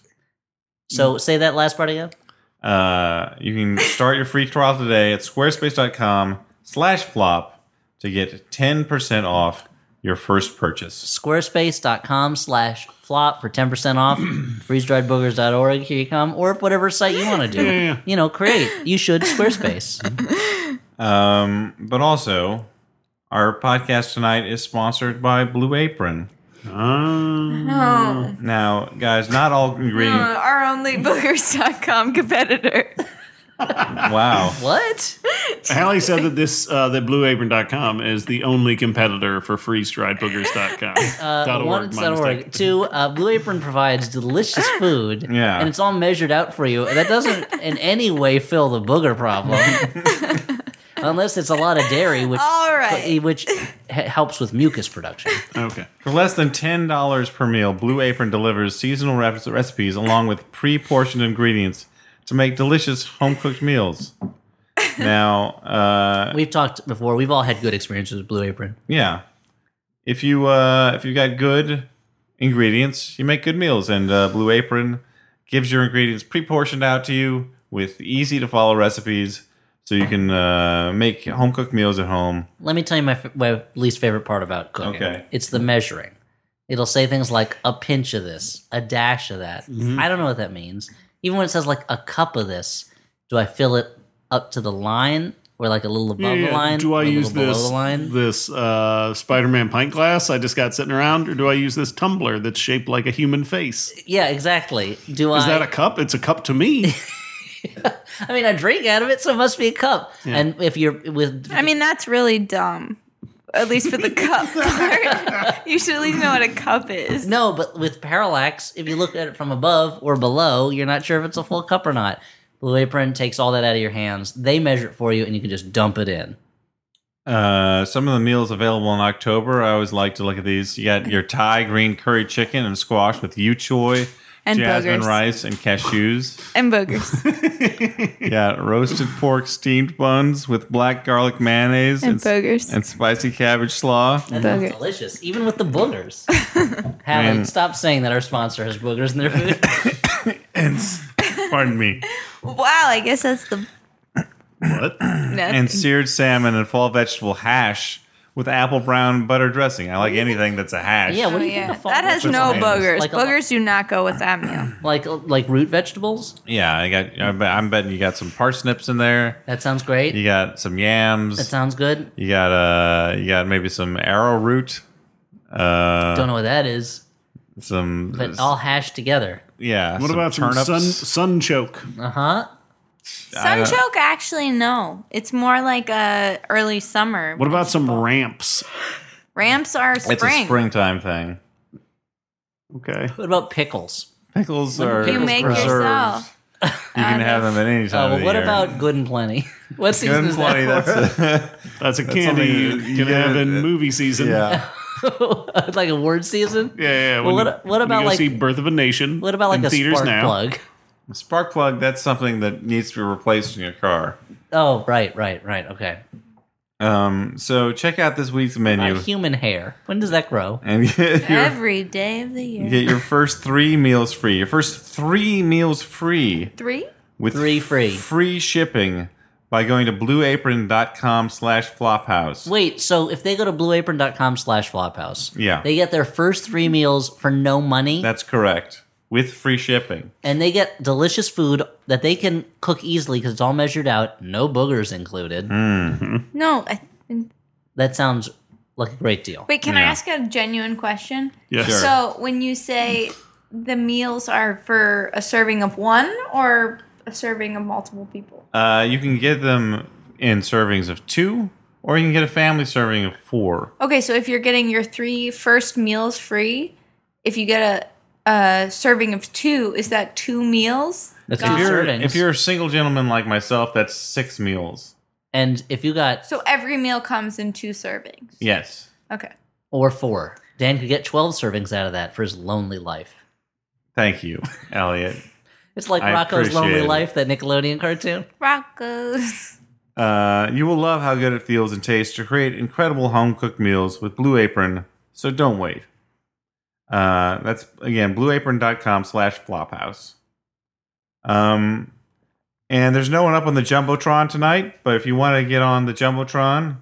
So say that last part again. Uh, you can start your free trial today at squarespace.com slash flop to get 10% off your first purchase. Squarespace.com slash flop for 10% (clears throat) off. freeze-driedboogers.org. Here you come. Or whatever site you want to do. (laughs) yeah. You know, create. You should (laughs) Squarespace. Um, but also, our podcast tonight is sponsored by Blue Apron. Ah. Oh. Now, guys, not all ingredients. uh, Our only (laughs) boogers.com competitor. Wow. what? Hallie said that this uh, that blueapron.com is the only competitor for freeze-driedboogers.com. Uh, (laughs) Dot one, org, it's my dot mistake. org. Two, uh, Blue Apron provides delicious (laughs) food. Yeah. And it's all measured out for you. That doesn't in any way fill the booger (laughs) problem. Unless it's a lot of dairy, which, All right. which h- helps with mucus production. Okay. For less than $10 per meal, Blue Apron delivers seasonal rep- recipes along with pre portioned ingredients to make delicious home cooked meals. Now, uh, We've talked before. We've all had good experiences with Blue Apron. yeah. If you uh, if you got good ingredients, you make good meals, and uh, Blue Apron gives your ingredients pre-portioned out to you with easy to follow recipes, so you can uh, make home cooked meals at home. Let me tell you my, f- my least favorite part about cooking. Okay. It's the measuring. It'll say things like a pinch of this, a dash of that. Mm-hmm. I don't know what that means. Even when it says like a cup of this, do I fill it up to the line or like a little above Yeah, the yeah. line? do or I a little use below this the line? this uh, Spider-Man pint glass I just got sitting around, or do I use this tumbler that's shaped like a human face? Is yeah, exactly. Do I? that a cup? It's a cup (laughs) to me. I mean, I drink out of it, so it must be a cup. And if you're with, I mean, that's really dumb. At least for the cup part. you should at least know what a cup is. no, but with parallax, if you look at it from above or below, you're not sure if it's a full cup or not. Blue Apron takes all that out of your hands. They measure it for you, and you can just dump it in. Uh, some of the meals available in October, I always like to look at these. You got your Thai green curry chicken and squash with yu choy, And jasmine boogers. rice, and cashews. And boogers. You got roasted pork steamed buns with black garlic mayonnaise And and, s- boogers. and spicy cabbage slaw. That's Booger. delicious, even with the boogers. Hallie, Man. stop saying that our sponsor has boogers in (laughs) their food. Pardon me. wow, I guess that's the. what? No. And seared salmon and fall vegetable hash with apple brown butter dressing. I like anything that's a hash. yeah, what Oh, do you yeah. think of fall That has no tomatoes. boogers. Like a- boogers do not go with that meal. like like root vegetables? yeah. I got. I bet- I'm betting you got some parsnips in there. That sounds great. You got some That yams. sounds good. You got uh. You got maybe some arrowroot. Uh, Don't know what that is, some but all hashed together. yeah. What about some sun sunchoke? Uh huh. don't- Sunchoke, actually, no. It's more like a early summer. What about some ramps? Ramps are It's a spring. springtime thing. Okay. What about pickles? Pickles When are pickles You make grow. preserved. yourself. You can have them at any time. Uh, of well, the what year. about Good and Plenty? (laughs) What Good season and is that (laughs) plenty? That's for? a, That's a candy something you you- can you get have in at- movie (laughs) season. yeah. (laughs) like award season? Yeah, yeah. yeah. Well, When- what- what when you about, go like- see Birth of a Nation? What about like in a theaters spark now? plug? Spark plug. That's something that needs to be replaced in your car. Oh, right, right, right. Okay. Um, so check out this week's Uh, menu human hair. When does that grow? and (laughs) get your Every day of the year. get your first three meals free. Your first three meals free Three? with Three free. free shipping by going to blueapron.com slash flophouse. Wait, so if they go to blueapron.com slash flophouse, Yeah. they get their first three meals for no money, That's correct. With free shipping. and they get delicious food that they can cook easily because it's all measured out, no boogers included. Hmm. No. I, That sounds like a great deal. wait, can I Yeah. ask a genuine question? Yes. Sure. So when you say the meals are for a serving of one or a serving of multiple people? Uh, you can get them in servings of two, or you can get a family serving of four. Okay, so if you're getting your three first meals free, if you get a, a serving of two, is that two meals? That's If two If you're, servings. if you're a single gentleman like myself, that's six meals. and if you got So every meal comes in two servings. Yes. Okay. or four, Dan could get twelve servings out of that for his lonely life. Thank you, (laughs) Elliot. It's like I Rocco's Lonely appreciate it. Life, that Nickelodeon cartoon. Rocco's. Uh, you will love how good it feels and tastes to create incredible home cooked meals with Blue Apron, so don't wait. Uh, that's again blueapron.com slash flophouse. Um, and there's no one up on the Jumbotron tonight, but if you want to get on the Jumbotron,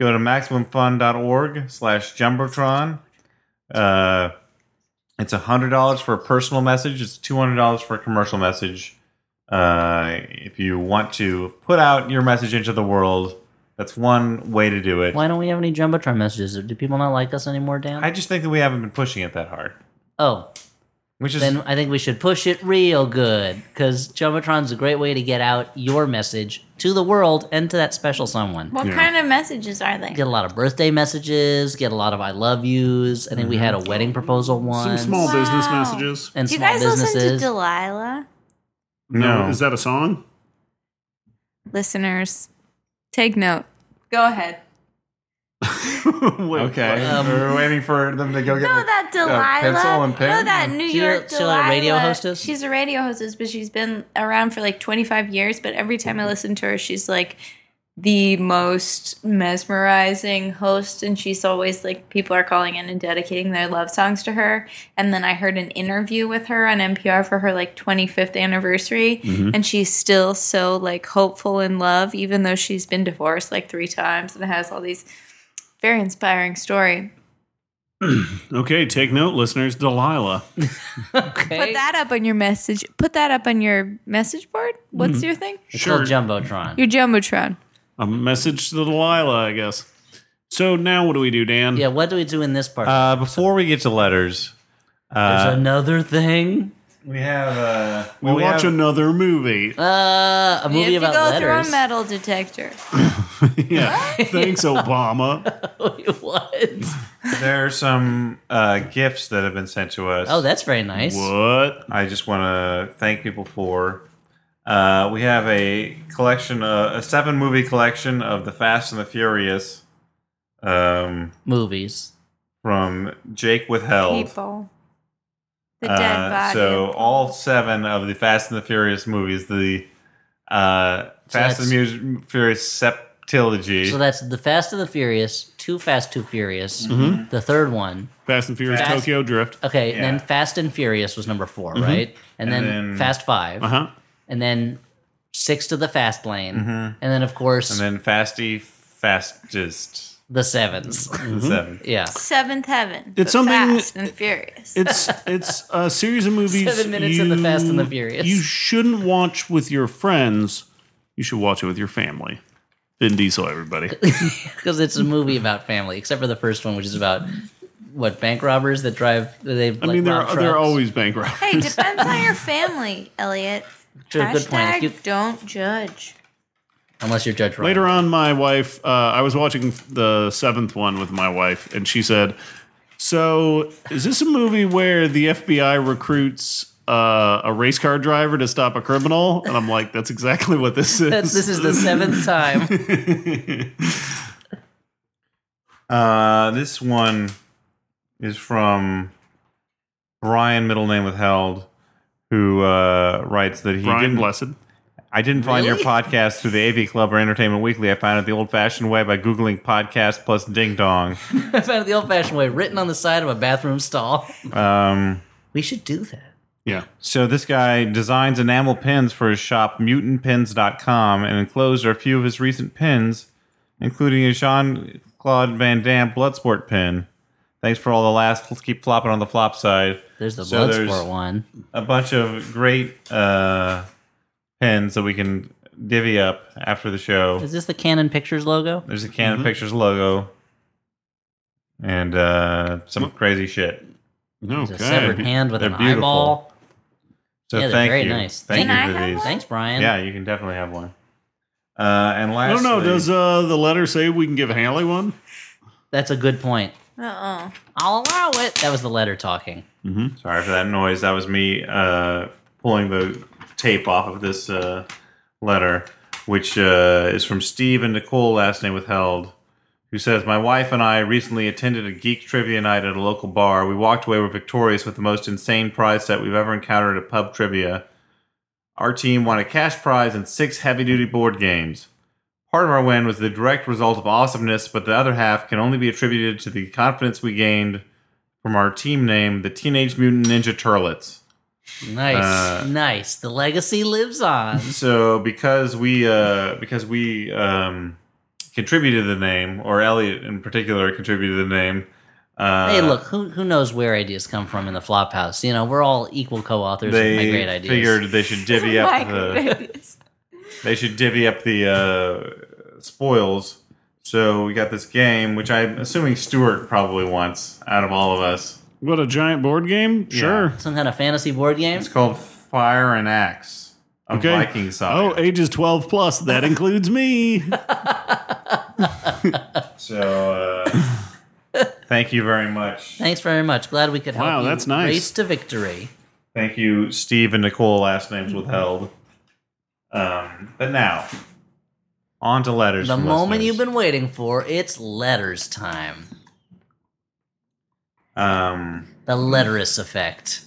go to MaximumFun.org slash Jumbotron. Uh, it's $100 for a personal message, it's $200 for a commercial message. Uh, if you want to put out your message into the world, that's one way to do it. Why don't we have any Jumbotron messages? Do people not like us anymore, Dan? I just think that we haven't been pushing it that hard, oh, which is then I think we should push it real good because Jumbotron's a great way to get out your message to the world and to that special someone. (laughs) What kind of messages are they? Get a lot of birthday messages, get a lot of I love yous. I think we had a wedding proposal Mm-hmm. Some once. small business Wow. messages. and Do you small guys listen to businesses. (laughs) Delilah? no. Is that a song? (laughs) Listeners, take note. Go ahead. Wait, okay. what? We're waiting for them to (laughs) go get No, the- Um, that uh, Delilah. pencil and pen. No, that New She a- York she a Delilah. radio hostess? She's a radio hostess, but she's been around for like 25 years. But every time I Mm-hmm. listen to her, she's like the most mesmerizing host. And she's always like, people are calling in and dedicating their love songs to her. And then I heard an interview with her on NPR for her like 25th anniversary. Mm-hmm. And she's still so like hopeful in love, even though she's been divorced like three times and has all these very inspiring story. Okay, take note, listeners. Delilah. okay. Put that up on your message. Put that up on your message board. Mm-hmm. What's your thing? it's Sure. called Jumbotron. Your jumbotron. A message to Delilah, I guess. So now what do we do, Dan? yeah, what do we do in this part? Uh, before we get to letters, There's uh, another thing. we have uh, We watch have, another movie. (laughs) (laughs) Uh, a You movie have to about go letters. through a metal detector. yeah. Thanks, Obama. (laughs) what? (laughs) there are some uh, gifts that have been sent to us. Oh, that's very nice. what? I just want to thank people for. Uh, we have a collection, uh, a seven movie collection of the Fast and the Furious, um, Movies. from Jake Withheld. People. The Uh, dead body. So all seven of the Fast and the Furious movies, the uh, Fast and the Mu- Furious Septilogy. So that's The Fast and the Furious, Too Fast, Too Furious, Mm-hmm. the third one. Fast and Furious Fast- Tokyo Drift. Okay, Yeah. then Fast and Furious was number 4 right? And And, then, then- Fast 5 Uh huh. and then Six to the Fast Lane, and then of course and then Fasty Fastest. the Sevens. The seven. yeah, Seventh Heaven. It's It's something- something fast and furious. It's it's a series of movies. Seven minutes in the Fast and the Furious. You shouldn't watch with your friends. You should watch it with your family. Vin Diesel, (laughs) everybody. because it's a movie about family, except for the first one, which is about what bank robbers that drive. They I mean, they're they're always bank robbers. hey, depends on your family, Elliot. Sure, Hashtag good point. If you- don't judge. unless you're Judge Ryan. Later on, my wife, uh, I was watching the seventh one with my wife, and she said, So, is this a movie where the FBI recruits uh, a race car driver to stop a criminal, and I'm like, that's exactly what this (laughs) (laughs) is. That's, this is the seventh time. (laughs) Uh, this one is from Brian, middle name withheld, who uh, writes that he Brian didn't. Blessed. I didn't find your Really? podcast through the AV Club or Entertainment Weekly. I found it the old-fashioned way by googling podcast plus ding dong. I found it the old-fashioned way, written on the side of a bathroom stall. Um, We should do that. Yeah. So this guy designs enamel pins for his shop, mutantpins.com, and enclosed are a few of his recent pins, including a Jean-Claude Van Damme Bloodsport pin. Thanks for all the laughs. Let's keep flopping on the flop side. There's the So blood there's- Bloodsport one. A bunch of great uh, pins that we can divvy up after the show. Is this the Canon Pictures logo? There's a Canon Mm-hmm. Pictures logo and uh, Mm. some crazy shit. It's a severed Okay. hand with They're an beautiful. eyeball. So Yeah, they're thank very you. nice. Thank Can you I for have these. one? Thanks, Brian. Yeah, you can definitely have one. Uh, and I lastly, don't know. Does uh, the letter say we can give Haley one? That's a good point. Uh-uh. I'll allow it. That was the letter talking. sorry for that noise. That was me uh, pulling the tape off of this uh, letter, which uh, is from Steve and Nicole, last name withheld, who says, "My wife and I recently attended a geek trivia night at a local bar. We walked away victorious with the most insane prize set we've ever encountered at pub trivia." Our team won a cash prize and six heavy duty board games. Part of our win was the direct result of awesomeness, but the other half can only be attributed to the confidence we gained from our team name, the Teenage Mutant Ninja Turtlets. Nice, Uh, nice. The legacy lives on. So because we uh, because we um, contributed the name, or Elliot in particular contributed the name. Uh, hey, look, who, who knows where ideas come from in the flop house? You know, we're all equal co-authors of my They great ideas. figured they should divvy Oh My up the. goodness. they should divvy up the uh, spoils. So we got this game, which I'm assuming Stuart probably wants out of all of us. What a giant board game? Sure. Some kind of fantasy board game. It's called Fire and Axe. A Okay. Viking saga. Oh, ages 12 plus. That (laughs) includes me. so uh, (coughs) thank you very much. Thanks very much. Glad we could help Wow, you that's nice. race to victory. Thank you, Steve and Nicole. Last names withheld. Um, but now, on to letters. The from moment listeners. you've been waiting for, it's letters time. Um, The letterist effect.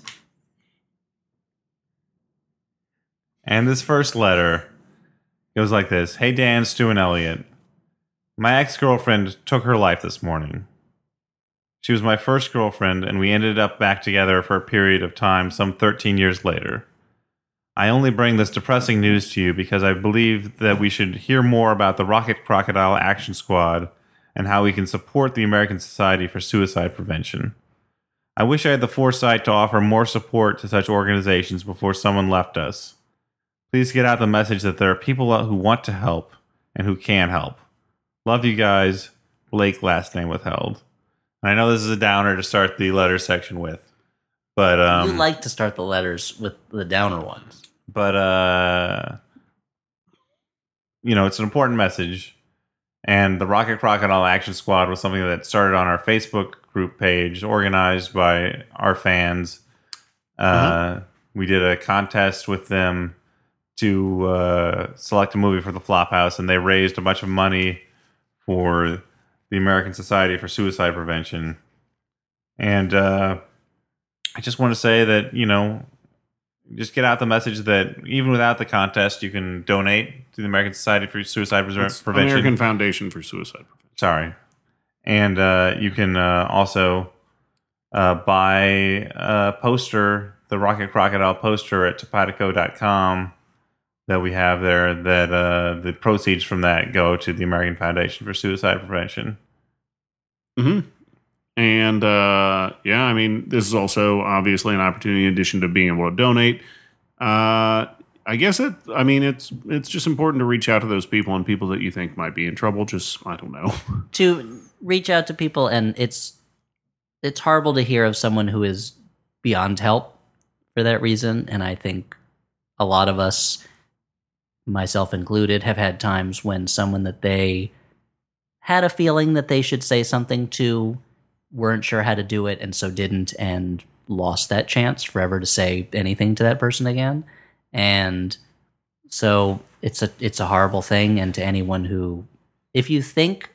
And this first letter goes like this Hey, Dan, Stu, and Elliot. My ex girlfriend took her life this morning. She was my first girlfriend, and we ended up back together for a period of time some 13 years later. I only bring this depressing news to you because I believe that we should hear more about the Rocket Crocodile Action Squad and how we can support the American Society for Suicide Prevention. I wish I had the foresight to offer more support to such organizations before someone left us please get out the message that there are people out who want to help and who can help. Love you guys. Blake, last name withheld. And I know this is a downer to start the letter section with, but um, you like to start the letters with the downer ones. but uh, you know, it's an important message. And the Rocket Crocodile Action Squad was something that started on our Facebook group page, organized by our fans. Uh, We did a contest with them to uh, select a movie for the Flophouse, and they raised a bunch of money for the American Society for Suicide Prevention. And uh, I just want to say that you know just get out the message that even without the contest, you can donate to the American Society for Suicide Preser- Prevention. American Foundation for Suicide Prevention. Sorry, and uh, you can uh, also uh, buy a poster, the Rocket Crocodile poster at Topatico.com that we have there. That uh, the proceeds from that go to the American Foundation for Suicide Prevention. Mm-hmm. hmm And uh, yeah, I mean, this is also obviously an opportunity in addition to being able to donate. Uh, I guess it. I mean, it's it's just important to reach out to those people and people that you think might be in trouble. Just I don't know. (laughs) to reach out to people and it's it's horrible to hear of someone who is beyond help for that reason and i think a lot of us myself included have had times when someone that they had a feeling that they should say something to weren't sure how to do it and so didn't and lost that chance forever to say anything to that person again. And so it's a it's a horrible thing. And to anyone who, if you think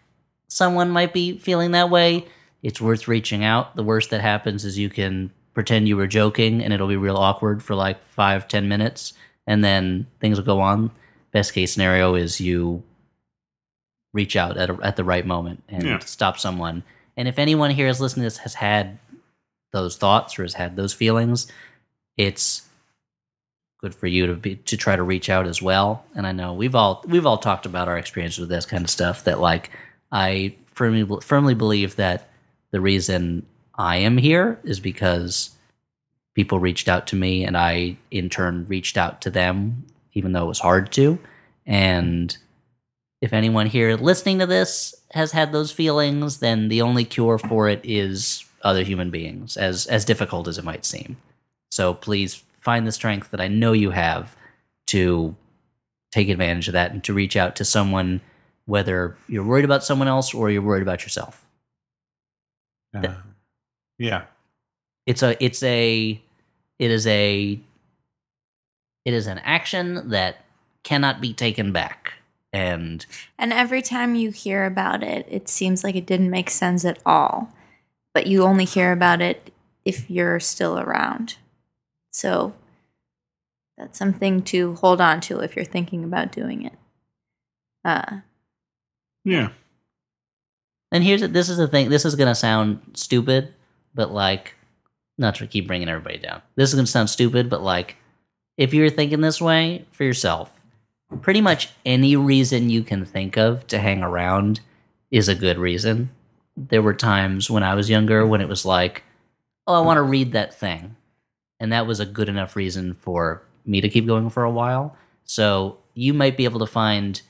someone might be feeling that way, it's worth reaching out. The worst that happens is you can pretend you were joking, and it'll be real awkward for like five ten minutes, and then things will go on. Best case scenario is you reach out at, a, at the right moment and Yeah. stop someone. And if anyone here is listening to this has had those thoughts or has had those feelings, it's good for you to be to try to reach out as well. And I know we've all we've all talked about our experiences with this kind of stuff. That like I firmly firmly believe that the reason I am here is because people reached out to me and I in turn reached out to them, even though it was hard to. And if anyone here listening to this has had those feelings, then the only cure for it is other human beings, as as difficult as it might seem. So please find the strength that I know you have to take advantage of that and to reach out to someone, whether you're worried about someone else or you're worried about yourself. Uh, yeah. It's a it's a it is a it is an action that cannot be taken back. And And every time you hear about it, it seems like it didn't make sense at all. But you only hear about it if you're still around. So that's something to hold on to if you're thinking about doing it. Uh, Yeah. And here's this is the thing. This is gonna sound stupid, but like, not to keep bringing everybody down. This is gonna sound stupid, but like, if you're thinking this way for yourself, pretty much any reason you can think of to hang around is a good reason. There were times when I was younger when it was like, oh, I want to read that thing, and that was a good enough reason for me to keep going for a while. So you might be able to find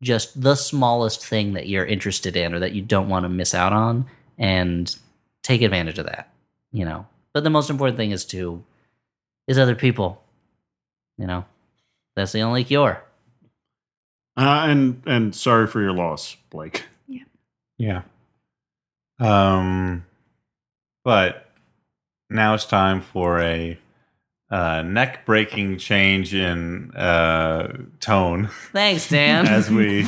just the smallest thing that you're interested in or that you don't want to miss out on and take advantage of that you know but the most important thing is to is other people you know that's the only cure Uh, and and sorry for your loss, Blake. Yeah. Um, but now it's time for a uh, neck breaking change in uh, tone thanks dan as we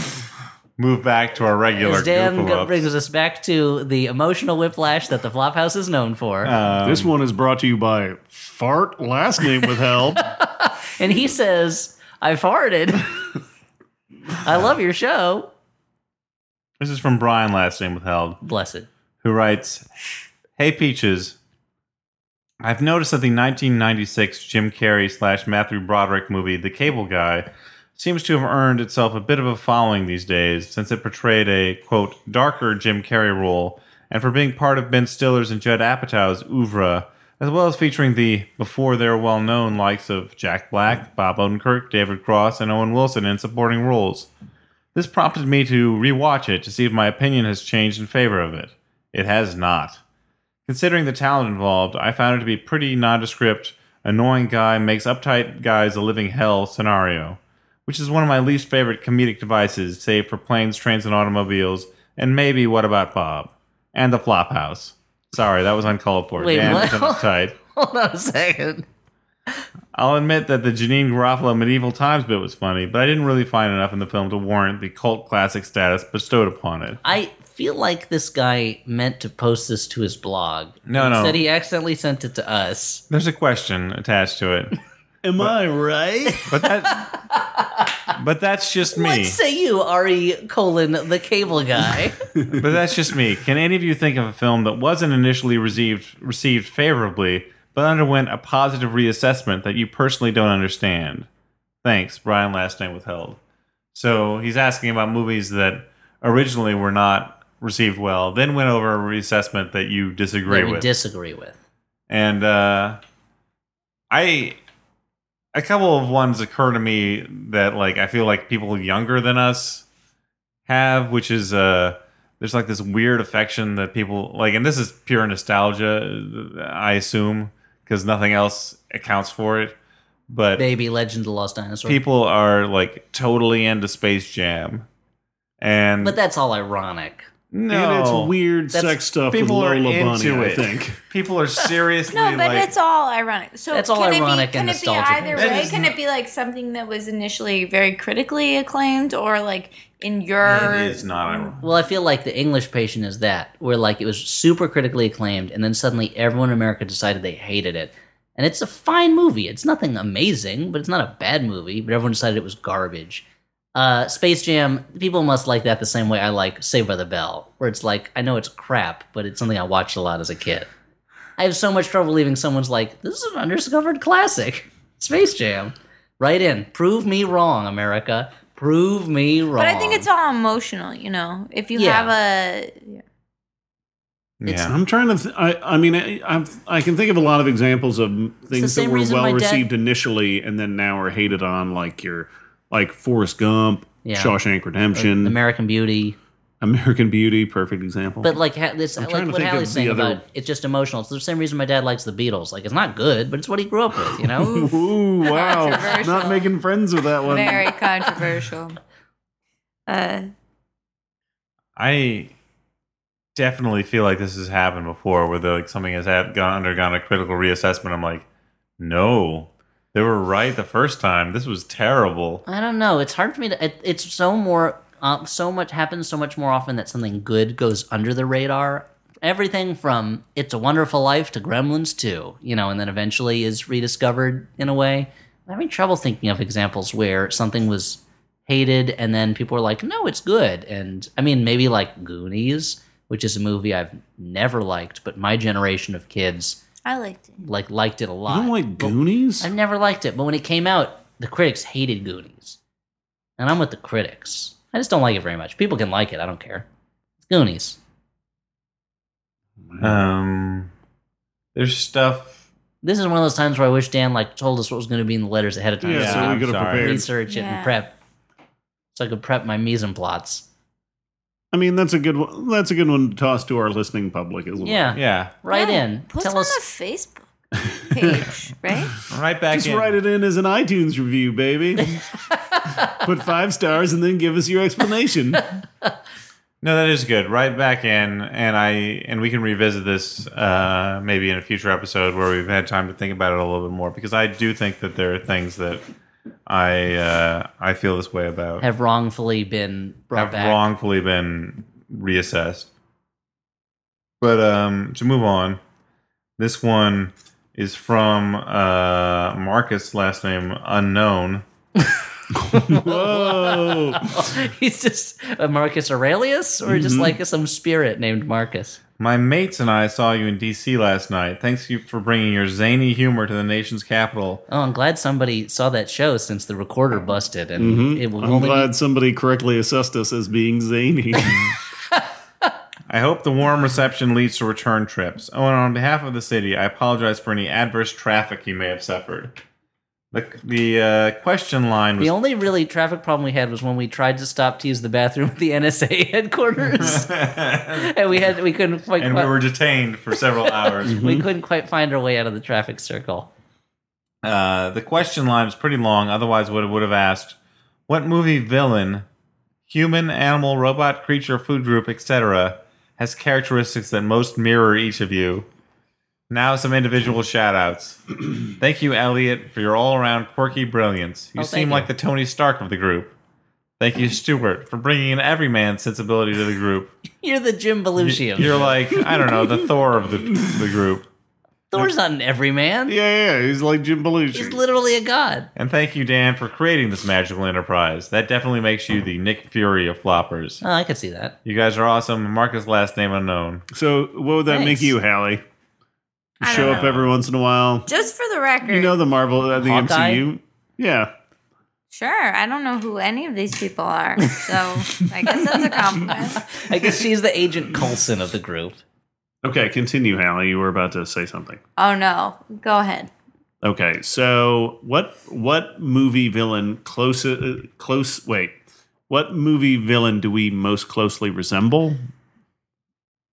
move back to our regular As dan goof-em-ups. brings us back to the emotional whiplash that the flophouse is known (laughs) for Um, this one is brought to you by Fart Last Name Withheld. and he says (laughs) i farted i love your show This is from Brian, last name withheld, blessed who writes Hey Peaches, I've noticed that the 1996 Jim Carrey slash Matthew Broderick movie, The Cable Guy, seems to have earned itself a bit of a following these days since it portrayed a, quote, darker Jim Carrey role and for being part of Ben Stiller's and Judd Apatow's oeuvre, as well as featuring the before their well known likes of Jack Black, Bob Odenkirk, David Cross, and Owen Wilson in supporting roles. This prompted me to rewatch it to see if my opinion has changed in favor of it. It has not. Considering the talent involved, I found it to be pretty nondescript, annoying guy makes uptight guys a living hell scenario, which is one of my least favorite comedic devices, save for planes, trains, and automobiles, and maybe What About Bob? And the Flophouse. Sorry, that was uncalled for. Wait, Damn, what? it's an uptight. (laughs) hold on a second I'll admit that the Janine Garofalo medieval times bit was funny, but I didn't really find enough in the film to warrant the cult classic status bestowed upon it. I feel like this guy meant to post this to his blog. No, no. Instead, he accidentally sent it to us. There's a question attached to it, Am (laughs) I right? but that, but that's just me. What say you, Ari colon the (laughs) cable guy? But that's just me. Can any of you think of a film that wasn't initially received received favorably, but underwent a positive reassessment that you personally don't understand? Thanks, Brian. Last name withheld. So he's asking about movies that originally were not received well, then went over a reassessment that you disagree That we with. disagree with. and uh i a couple of ones occur to me that like i feel like people younger than us have which is uh there's like this weird affection that people like and this is pure nostalgia i assume because nothing else accounts for it but Baby Legend of the Lost Dinosaur. people are like totally into space jam and but that's all ironic. (laughs) No, And it's weird That's- sex stuff with People are Lola into Bunny, it. I think. People are seriously (laughs) No, but like. it's all ironic. So It's all can ironic it be, can and it be nostalgic. either That way? is Can it be like something that was initially very critically acclaimed, or like in your? it is not ironic. Well, I feel like the English Patient is that, where like it was super critically acclaimed, and then suddenly everyone in America decided they hated it. And it's a fine movie. It's nothing amazing, but it's not a bad movie. But everyone decided it was garbage. Uh, Space Jam. People must like that the same way I like Saved by the Bell, where it's like I know it's crap, but it's something I watched a lot as a kid. I have so much trouble believing someone's like, "This is an undiscovered classic, Space Jam." Right in, prove me wrong, America. Prove me wrong. But I think it's all emotional. You know, if you Yeah. have a (laughs) Yeah. I'm trying to. Th- I, I mean, I, I've, I can think of a lot of examples of things that same were reason my well dad- received initially and then now are hated on, like your, like Forrest Gump, Yeah. Shawshank Redemption, American Beauty. American Beauty, perfect example. But like ha- this, like trying to what think of Hallie's the saying other- about it's just emotional. It's the same reason my dad likes the Beatles. Like it's not good, but it's what he grew up with. You (laughs) know, (laughs) (laughs) Ooh, wow! Controversial. Not making friends with that one. very controversial. (laughs) Uh, I definitely feel like this has happened before, where like something has had, gone, undergone a critical reassessment. I'm like, no, they were right the first time. This was terrible. I don't know. It's hard for me to. It, it's so more, uh, so much happens so much more often that something good goes under the radar. Everything from It's a Wonderful Life to Gremlins 2, you know, and then eventually is rediscovered in a way. I'm having trouble thinking of examples where something was hated and then people were like, no, it's good. And I mean, maybe like Goonies, which is a movie I've never liked, but my generation of kids I liked it. like liked it a lot. I don't like Goonies. I've never liked it, but when it came out, the critics hated Goonies. And I'm with the critics. I just don't like it very much. People can like it, I don't care. It's Goonies. Um, there's stuff. This is one of those times where I wish Dan like told us what was going to be in the letters ahead of time. yeah, Yeah, so we I'm could have sorry. prepared. research it Yeah. and prep. So I could prep my mise en plots. I mean, that's a good one. That's a good one to toss to our listening public as well. Yeah. Yeah, Right Yeah, in. Post Tell on us the Facebook page, right? right back Just in. write it in as an iTunes review, baby. Put five stars and then give us your explanation. No, that is good. Right back in, and I and we can revisit this uh, maybe in a future episode where we've had time to think about it a little bit more because I do think that there are things that I uh, I feel this way about (laughs) have wrongfully been brought have back. wrongfully been reassessed. But um, to move on, this one is from uh, Marcus, last name unknown. Whoa. (laughs) He's just a Marcus Aurelius or just like some spirit named Marcus. My mates and I saw you in D.C. last night. Thanks you for bringing your zany humor to the nation's capital. Oh, I'm glad somebody saw that show since the recorder busted, and it will I'm only glad somebody correctly assessed us as being zany. I hope the warm reception leads to return trips. Oh, and on behalf of the city, I apologize for any adverse traffic you may have suffered. The, the uh, question line was the only really traffic problem we had was when we tried to stop to use the bathroom at the NSA (laughs) headquarters, (laughs) and we had we couldn't (laughs) quite and we quite- were detained for (laughs) several hours. we couldn't quite find our way out of the traffic circle. Uh, the question line was pretty long. Otherwise, would would have asked, "What movie villain, human, animal, robot, creature, food group, etc., has characteristics that most mirror each of you?" Now, some individual shout-outs. (clears throat) thank you, Elliot, for your all-around quirky brilliance. You Oh, thank seem you. like the Tony Stark of the group. Thank you, Stuart, for bringing an everyman sensibility to the group. You're the Jim Belushi. of You're like, I don't know, the Thor of the, the group. Thor's not an everyman. yeah, yeah, he's like Jim Belushi. He's literally a god. And thank you, Dan, for creating this magical enterprise. That definitely makes you the Nick Fury of floppers. Oh, I could see that. You guys are awesome. Marcus, last name unknown. so, what would that Thanks. make you, Hallie? You I show don't up know. every once in a while. Just for the record, You know the Marvel, uh, the Hawkeye? MCU. Yeah, sure. I don't know who any of these people are, so I guess that's a compliment. I guess she's the Agent Coulson of the group. Okay, continue, Hallie. You were about to say something. Oh no, go ahead. (laughs) Okay, so what what movie villain close uh, close wait what movie villain do we most closely resemble?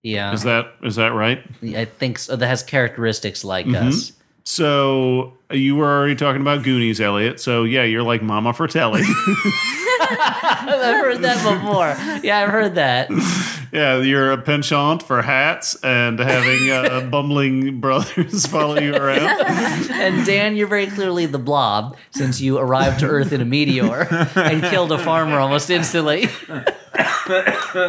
Yeah, Is that is that right? I think so. That has characteristics like Mm-hmm. us. (laughs) So you were already talking about Goonies, Elliot. So yeah, you're like Mama Fratelli. I've heard that before. Yeah, I've heard that. Yeah, you're a penchant for hats and having uh, bumbling (laughs) brothers follow you around. And Dan, you're very clearly the blob since you arrived to Earth in a meteor and killed a farmer almost instantly. (laughs)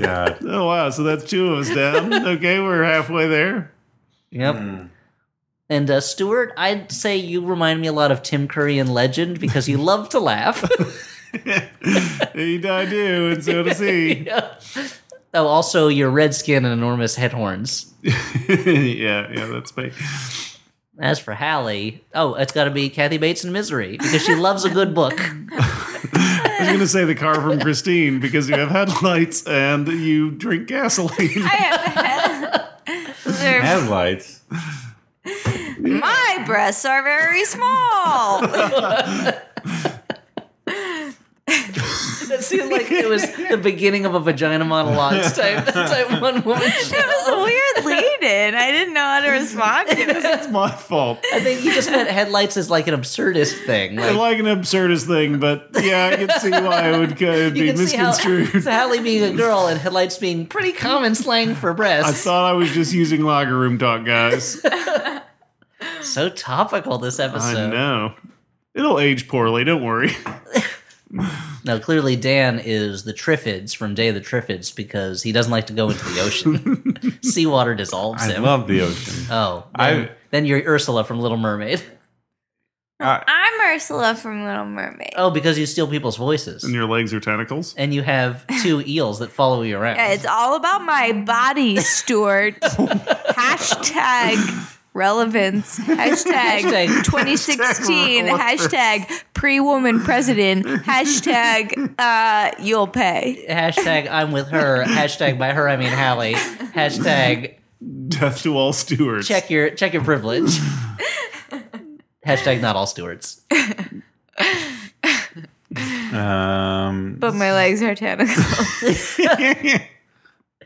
God. Oh wow, so that's two of us down. Okay, we're halfway there. Yep. And uh, Stuart, I'd say you remind me a lot of Tim Curry in Legend because you love to laugh. He, I do, and so does he. oh, also your red skin and enormous head horns. (laughs) yeah, yeah, that's me. As for Hallie, oh, it's got to be Kathy Bates in Misery because she loves a good book. I was gonna say the car from Christine because you have headlights and you drink gasoline. They're- Headlights. my breasts are very small. (laughs) That seemed like it was (laughs) the beginning of a vagina monologues type, (laughs) type one (laughs) woman It show. was weird leading. I didn't know how to respond to it. (laughs) It's my fault. I think you just meant headlights is like an absurdist thing. I Like, like an absurdist thing, but yeah, I can see why it would kind of you be can see how misconstrued. (laughs) so Hallie being a girl and headlights being pretty common slang for I breasts. thought I was just using locker room talk, guys. so topical this I episode. know. It'll age poorly, don't worry. (laughs) Now, clearly, Dan is the Triffids from Day of the Triffids because he doesn't like to go into the ocean. (laughs) Seawater dissolves I him. love the ocean. oh, then, I- then you're Ursula from Little Mermaid. I- I'm Ursula from Little Mermaid. Oh, because you steal people's voices. And your legs are tentacles. And you have two eels that follow you around. Yeah, it's all about my body, Stuart. (laughs) Hashtag relevance. Hashtag- Hashtag 2016. Hashtag pre woman president. Hashtag uh, you'll pay. Hashtag I'm with (laughs) her. Hashtag by her I mean Hallie. Hashtag Death to all stewards. check your check your (laughs) privilege. Hashtag not all stewards. Um, But my legs are (laughs) tentacles. this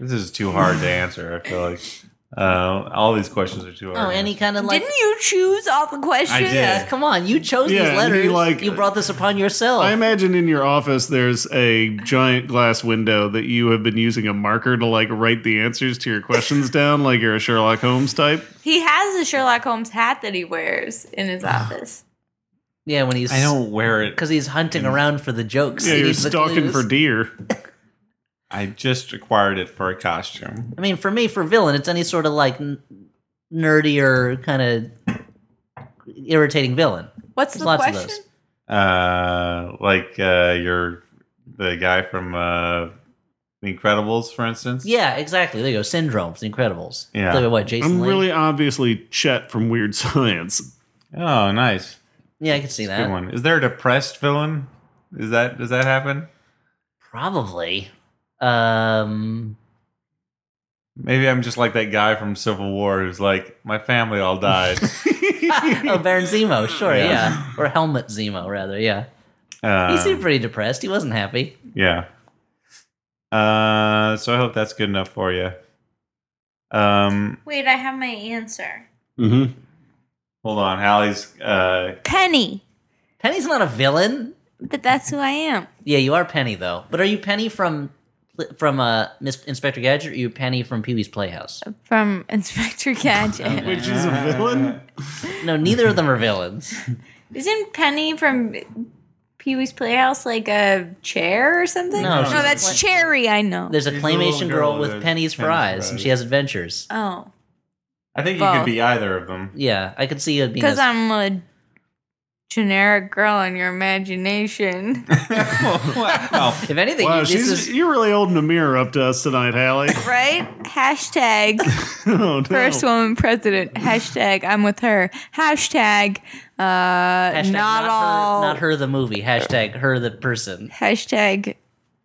is too hard to answer. I feel like uh, all these questions are too hard. Oh, to any kind of like Didn't you choose all the I questions? did. Yeah, come on, you chose Yeah, these and he, letters. like- you brought this upon yourself. I imagine in your office there's a giant glass window that you have been using a marker to like write the answers to your questions down, like you're a Sherlock Holmes type. He has a Sherlock Holmes hat that he wears in his Ah. office. yeah, when he's I don't wear it. because he's hunting around for the jokes. Yeah, He you're needs the stalking clues. for deer. I just acquired it for a costume. I mean, for me, for villain, it's any sort of like n- nerdier kind of irritating villain. What's There's the lots question? of those. Uh, like uh, your the guy from uh, The Incredibles, for instance. Yeah, exactly. There you go. Syndromes, The Incredibles. Yeah. Look at what Jason. I'm Lee. really obviously Chet from Weird (laughs) Science. Oh, nice. Yeah, I can see Good that. one. Is there a depressed villain? Is that does that happen? Probably. (laughs) Um. Maybe I'm just like that guy from Civil War who's like, my family all died. Oh, Baron Zemo. Sure. Yeah. Yeah. Or Helmet Zemo, rather. Yeah. He Uh, seemed pretty depressed. He wasn't happy. yeah. Uh, so I hope that's good enough for you. Um, Wait, I have my answer. Mm-hmm. hold on, Hallie's. Uh, Penny. Penny's not a villain. But that's who I am. Yeah, you are Penny though. But are you Penny from from uh, Miss Inspector Gadget? Or are you Penny from Pee Wee's Playhouse? From Inspector Gadget. Which is a villain? No, neither of them are (laughs) villains. Isn't Penny from Pee Wee's Playhouse like a chair or something? No, she's no, that's like- Cherry, I know. There's a She's a claymation little girl, girl with that- pennies for pennies for eyes, and eyes. she has adventures. oh. I think you Both. could be either of them. Yeah, I could see you being. Because a- I'm a generic girl in your imagination. (laughs) wow. if anything, Wow, you, this she's, is you're really holding a mirror up to us tonight, Hallie. (laughs) right? (laughs) Hashtag oh, no. first woman president. Hashtag I'm with her. Hashtag, uh, hashtag not, all. her, not her the movie. Hashtag her the person. Hashtag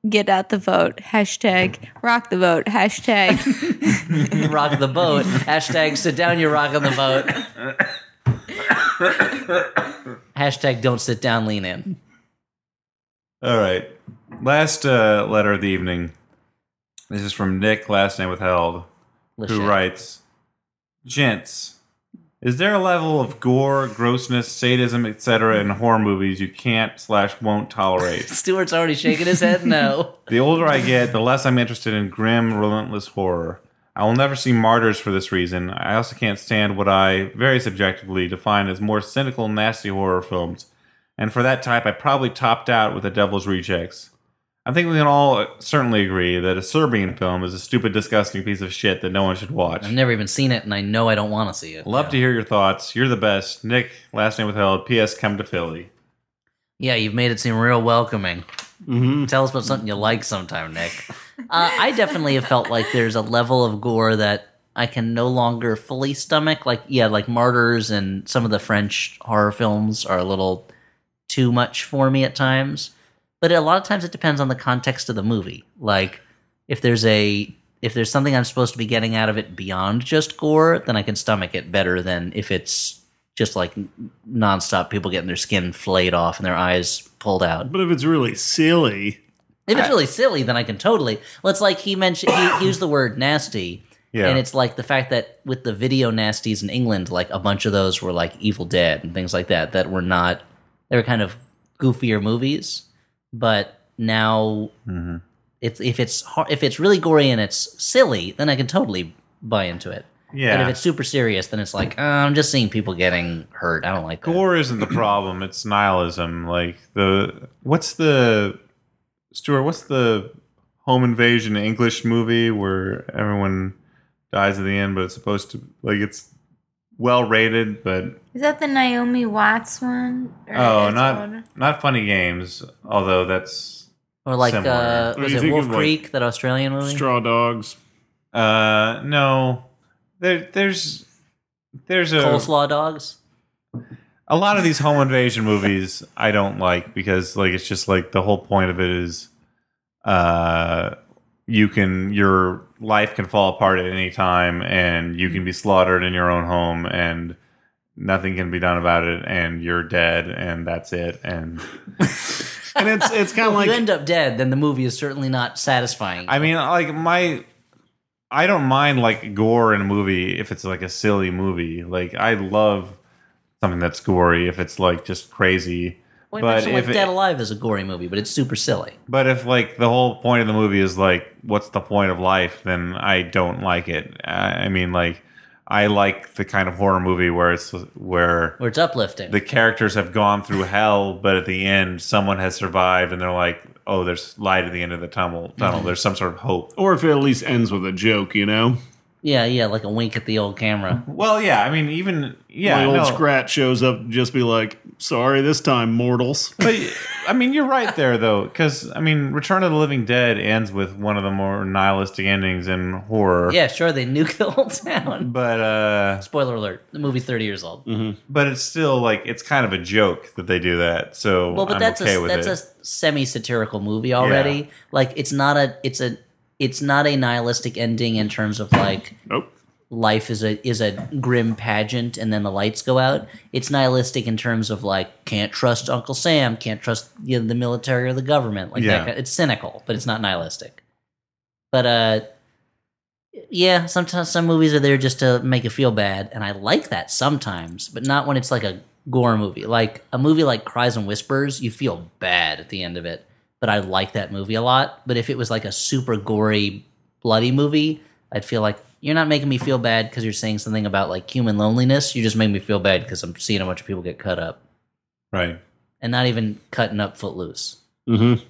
get out the vote. Hashtag rock the vote. (laughs) Hashtag Rock (laughs) the boat. hashtag sit down, you rock on the boat. hashtag don't sit down, lean in. All right. Last uh, letter of the evening. This is from Nick, last name withheld, who Lachey. writes Gents, Is there a level of gore, grossness, sadism, etc. in horror movies you can't slash won't tolerate? Stuart's already shaking his head. No. The older I get, the less I'm interested in grim, relentless horror. I will never see martyrs for this reason. I also can't stand what I, very subjectively, define as more cynical, nasty horror films. And for that type, I probably topped out with The Devil's Rejects. I think we can all certainly agree that a Serbian film is a stupid, disgusting piece of shit that no one should watch. I've never even seen it, and I know I don't want to see it. Love to hear your thoughts. You're the best. Nick, last name withheld. P.S. Come to Philly. Yeah, you've made it seem real welcoming. Tell us about something you like sometime, Nick. Uh, I definitely have felt like there's a level of gore that I can no longer fully stomach. Like, yeah, like Martyrs and some of the French horror films are a little too much for me at times. But a lot of times it depends on the context of the movie. Like, if there's a if there's something I'm supposed to be getting out of it beyond just gore, then I can stomach it better than if it's just like nonstop people getting their skin flayed off and their eyes pulled out. But if it's really silly, If it's really silly, then I can totally. Well, it's like he mentioned, he used the word nasty. Yeah. And it's like the fact that with the video nasties in England, like a bunch of those were like Evil Dead and things like that, that were not, they were kind of goofier movies. But now, it's, if it's har- if it's really gory and it's silly, then I can totally buy into it. Yeah. And if it's super serious, then it's like, uh, I'm just seeing people getting hurt. I don't like that. gore isn't the problem it's nihilism like the what's the stuart what's the home invasion english movie where everyone dies at the end but it's supposed to like it's well rated but Is that the Naomi Watts one? Or oh is not one- not funny games although that's Or like, Similar. uh, Or was you it think Wolf of, like, Creek, that Australian movie? straw dogs. uh no there there's there's a Coleslaw dogs? a lot of these home invasion movies I don't like because like it's just like the whole point of it is uh you can your life can fall apart at any time and you can be slaughtered in your own home and nothing can be done about it and you're dead and that's it and And it's it's kind of if you like end up dead, then the movie is certainly not satisfying. I mean like my I don't mind like gore in a movie if it's like a silly movie like I love something that's gory if it's like just crazy Well, but but like if it- Dead Alive is a gory movie, but it's super silly. But if like the whole point of the movie is like, what's the point of life? Then I don't like it. I I mean, like, I like the kind of horror movie where it's where Where it's uplifting. the characters have gone through hell, but at the end, someone has survived, and they're like, oh, there's light at the end of the tunnel. Mm-hmm. Tunnel. There's some sort of hope. or if it at least ends with a joke, you know. yeah, yeah, like a wink at the old camera. Well, yeah. I mean, even yeah. My old no. Scrat shows up, and just be like, "Sorry this time, mortals." but I mean, you're right there though, because I mean, Return of the Living Dead ends with one of the more nihilistic endings in horror. Yeah, sure, they nuke the whole town. But uh Spoiler alert: the movie's thirty years old. Mm, But it's still like it's kind of a joke that they do that. So Well, but I'm that's okay a with that's it. a semi-satirical movie already. Like it's not a it's a it's not a nihilistic ending in terms of like Nope. life is a is a grim pageant and then the lights go out it's nihilistic in terms of like can't trust uncle sam can't trust you know, the military or the government like Yeah. that, ki- it's cynical but it's not nihilistic but uh yeah sometimes some movies are there just to make you feel bad and i like that sometimes but not when it's like a gore movie like a movie like cries and whispers you feel bad at the end of it but i like that movie a lot but if it was like a super gory bloody movie i'd feel like you're not making me feel bad because you're saying something about like human loneliness you just make me feel bad because i'm seeing a bunch of people get cut up right. and not even cutting up footloose Mm-hmm.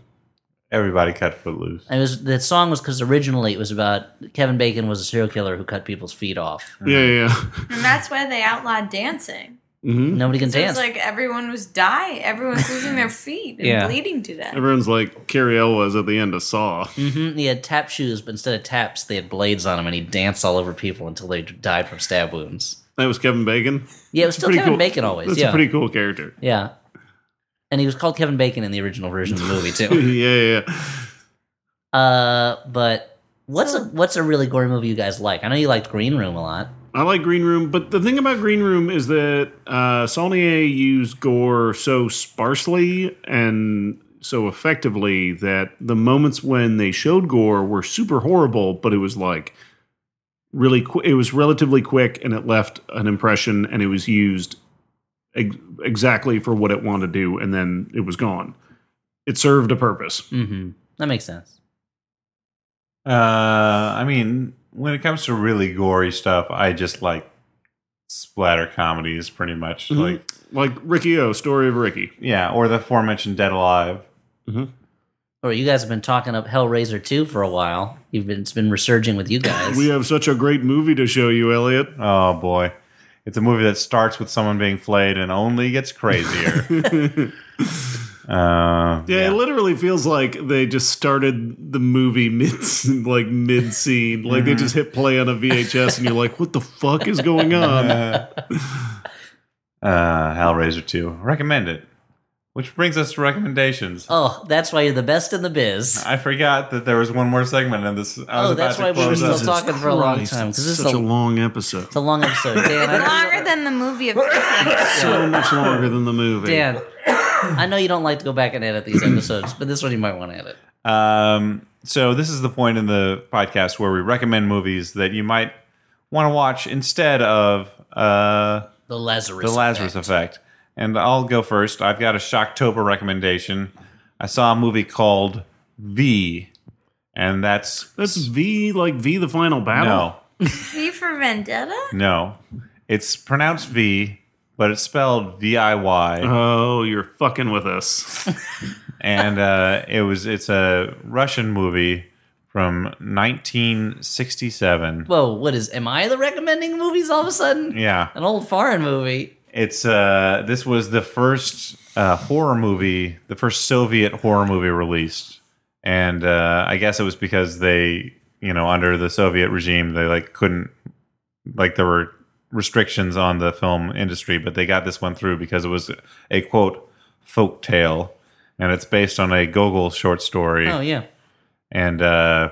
Everybody cut foot loose. And it was that song was because originally it was about Kevin Bacon was a serial killer who cut people's feet off. Yeah, yeah. And that's why they outlawed dancing. (laughs) Mm-hmm. Nobody can So dance. it's like everyone was die. Everyone's (laughs) losing their feet and Yeah. bleeding to death. Everyone's like Carrie Elwes at the end of Saw. hmm He had tap shoes, but instead of taps, they had blades on him, and he danced all over people until they died from stab wounds. That was Kevin Bacon. Yeah, it was still Pretty Kevin cool. Bacon always. That's yeah, a pretty cool character. (laughs) yeah. And he was called Kevin Bacon in the original version of the movie yeah, (laughs) too. yeah. yeah. Uh, but what's a what's a really gory movie you guys like? I know you liked Green Room a lot. I like Green Room, but the thing about Green Room is that uh, Saulnier used gore so sparsely and so effectively that the moments when they showed gore were super horrible, but it was like really qu- it was relatively quick and it left an impression and it was used ex- exactly for what it wanted to do and then it was gone. It served a purpose. Mm-hmm. That makes sense. Uh, I mean, when it comes to really gory stuff, I just like splatter comedies, pretty much. Mm-hmm. Like, Like Ricky O, Story of Ricky. yeah, or the aforementioned Dead Alive. Or you guys have been talking up Hellraiser 2 for a while. You've been it's been resurging with you guys. We have such a great movie to show you, Elliot. Oh boy, it's a movie that starts with someone being flayed and only gets (laughs) crazier. uh, Yeah, it literally feels like they just started the movie mid (laughs) like mid scene. Like Mm-hmm. they just hit play on a VHS and you're like, what the fuck is going on? uh, Hellraiser two, recommend it. Which brings us to recommendations. oh, that's why you're the best in the biz. I forgot that there was one more segment in this. I was Oh, about that's to why we were close still up. talking for a long Christ, time because this is Such a, a long episode. it's a long episode. (laughs) Dan, I know you- Longer than the movie (laughs) of Christmas. So much longer than the movie. Dan, I know you don't like to go back and edit these episodes, but this one you might want to edit. Um, so this is the point in the podcast where we recommend movies that you might want to watch instead of uh, The Lazarus. the Lazarus effect. And I'll go first. I've got a Shocktober recommendation. I saw a movie called V, and that's That's V like V the final battle. no, V for Vendetta? no. It's pronounced V, but it's spelled V I Y. Oh, you're fucking (laughs) with us. and uh, it was it's a Russian movie from 1967. Whoa, what is? Am I the recommending movies all of a sudden? yeah, An old foreign movie. it's uh, this was the first uh, horror movie, the first Soviet horror movie released, and uh, I guess it was because they, you know, under the Soviet regime, they like couldn't, like there were restrictions on the film industry, but they got this one through because it was a quote folk tale, and it's based on a Gogol short story, Oh yeah. and. Uh,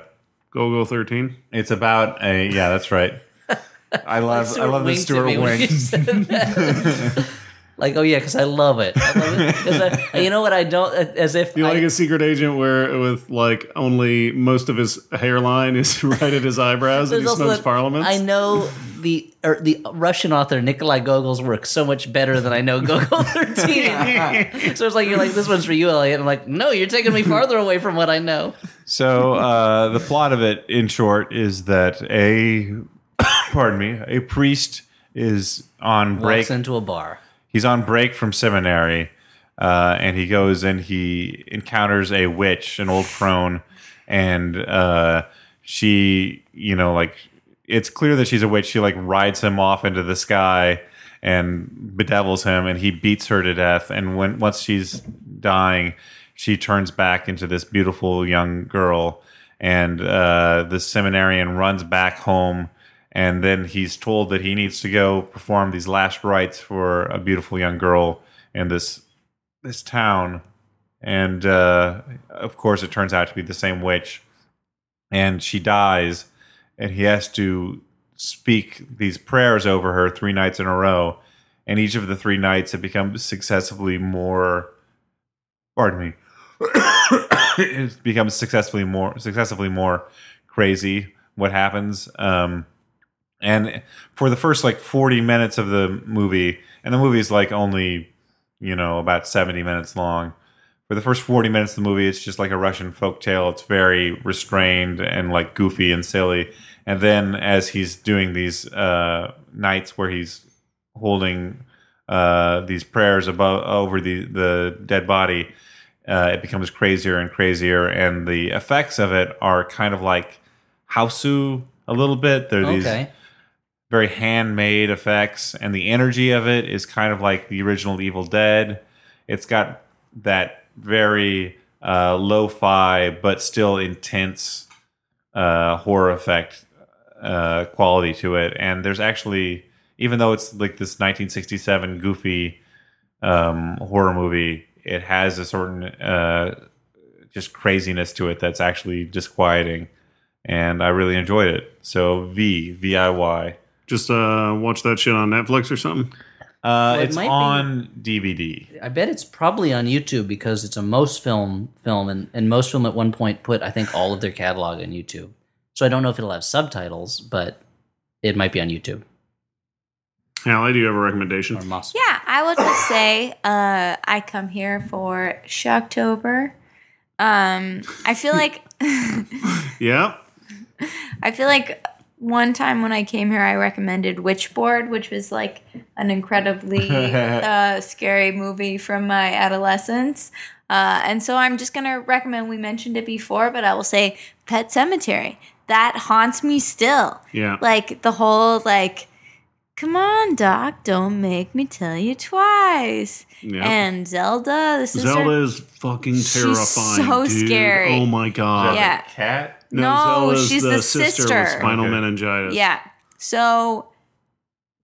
Go go thirteen. It's about a yeah, that's right. (laughs) I love I love the winked at Stuart me when Wink. you (laughs) said that. like oh yeah, because I love it. I love it. 'Cause I- you know what I don't as if You I, like a secret agent where with like only most of his hairline is (laughs) right at his eyebrows and he There's also smokes that- parliaments. I know the or the Russian author Nikolai Gogol's work so much better than I know Gogol (laughs) (laughs) 13. so it's like you're like this one's for you, Elliot. I'm like, no, you're taking me farther away from what I know. So uh, the plot of it, in short, is that a (coughs) pardon me, a priest is on break. Walks into a bar. He's on break from seminary, uh, and he goes and he encounters a witch, an old crone, and uh, she, you know, like it's clear that she's a witch. She like rides him off into the sky and bedevils him, and he beats her to death. And when once she's dying, she turns back into this beautiful young girl, and uh, the seminarian runs back home. And then he's told that he needs to go perform these last rites for a beautiful young girl in this this town. And uh, of course, it turns out to be the same witch and she dies, and he has to speak these prayers over her three nights in a row. And each of the three nights, it becomes successively more. Pardon me. (coughs) it becomes successfully more, successively more crazy. What happens? Um, and for the first like forty minutes of the movie, and the movie is like only you know about seventy minutes long for the first 40 minutes of the movie it's just like a russian folktale it's very restrained and like goofy and silly and then as he's doing these uh, nights where he's holding uh, these prayers above over the, the dead body uh, it becomes crazier and crazier and the effects of it are kind of like hausu a little bit they're these Okay. very handmade effects, and the energy of it is kind of like the original Evil Dead. It's got that very uh, lo-fi but still intense uh, horror effect uh, quality to it, and there's actually, even though it's like this 1967 goofy um, horror movie, it has a certain uh, just craziness to it that's actually disquieting. And I really enjoyed it. So V V I Y. Just uh, watch that shit on Netflix or something. Uh, it it's might be- on DVD. I bet it's probably on YouTube because it's a most film film, and, and most film at one point put I think all of their catalog on YouTube. So I don't know if it'll have subtitles, but It might be on YouTube Hal, I do have a recommendation. or Moss. Yeah, I will just say uh, I come here for Shocktober. Um, I feel like Yeah. I feel like one time when I came here, I recommended Witchboard, which was like an incredibly uh, scary movie from my adolescence. Uh, and so I'm just going to recommend, we mentioned it before, but I will say Pet Cemetery. That haunts me still. Yeah. Like the whole, like, come on, Doc, don't make me tell you twice. Yeah. And Zelda, the sister. Zelda is fucking She's terrifying. so dude. scary. Oh my god. Yeah. Cat? No, Zelda's she's the with sister. spinal Okay. meningitis. Yeah. So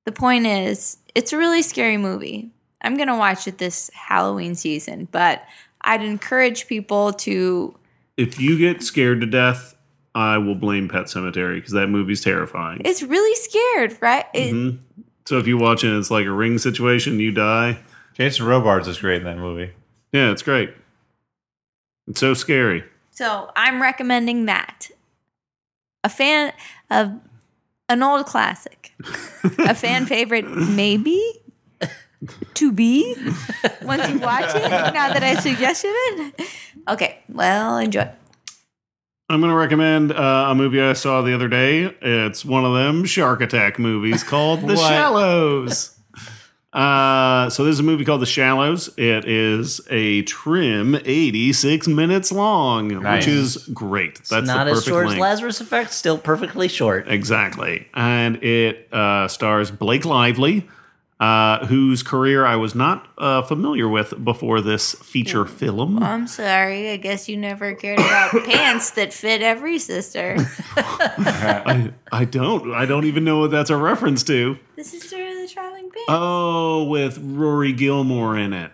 the point is, it's a really scary movie. I'm going to watch it this Halloween season, but I'd encourage people to. If you get scared to death, I will blame Pet Cemetery because that movie's terrifying. It's really scared, right? It, Mhm. So if you watch it, and it's like a ring situation. You die. Jason Robards is great in that movie. Yeah, it's great. It's so scary. So I'm recommending that. A fan of an old classic, a fan favorite, maybe to be once you watch it. Now that I suggested it, okay. Well, enjoy. I'm going to recommend uh, a movie I saw the other day. It's one of them shark attack movies called (laughs) The Shallows. Uh, so there's a movie called The Shallows. It is a trim 86 minutes long, Nice. which is great. That's Not the as perfect short as length. Lazarus Effect, still perfectly short. Exactly. And it uh, stars Blake Lively, uh, whose career I was not uh, familiar with before this feature film. I'm sorry. I guess you never (laughs) cared about pants that fit every sister. I, I don't. I don't even know what that's a reference to. The sister of the traveling pants, Oh, with Rory Gilmore in it,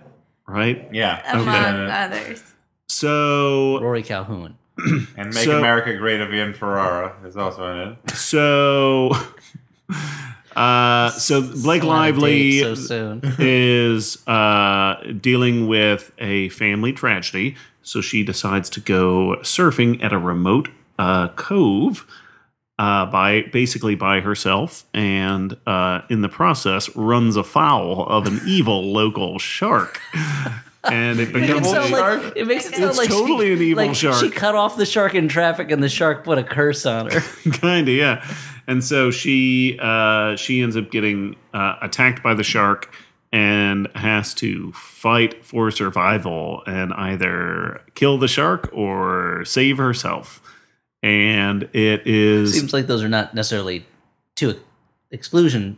right? Yeah. among And, uh, others. So, Rory Calhoun. and Make So- America Great Again Ferrara is also in it. so, (laughs) uh, so Blake Still on a date Lively So soon. is uh, dealing with a family tragedy, so she decides to go surfing at a remote uh, cove uh, by basically by herself, and uh, in the process runs afoul of an evil local shark. (laughs) And (laughs) it It makes it becomes Double sound like, shark? it makes it sound It's like totally she, an evil like She shark. cut off the shark in traffic, and the shark put a curse on (laughs) her. kind of yeah and so she uh she ends up getting uh, attacked by the shark and has to fight for survival and either kill the shark or save herself and it is Seems like those are not necessarily to exclusion.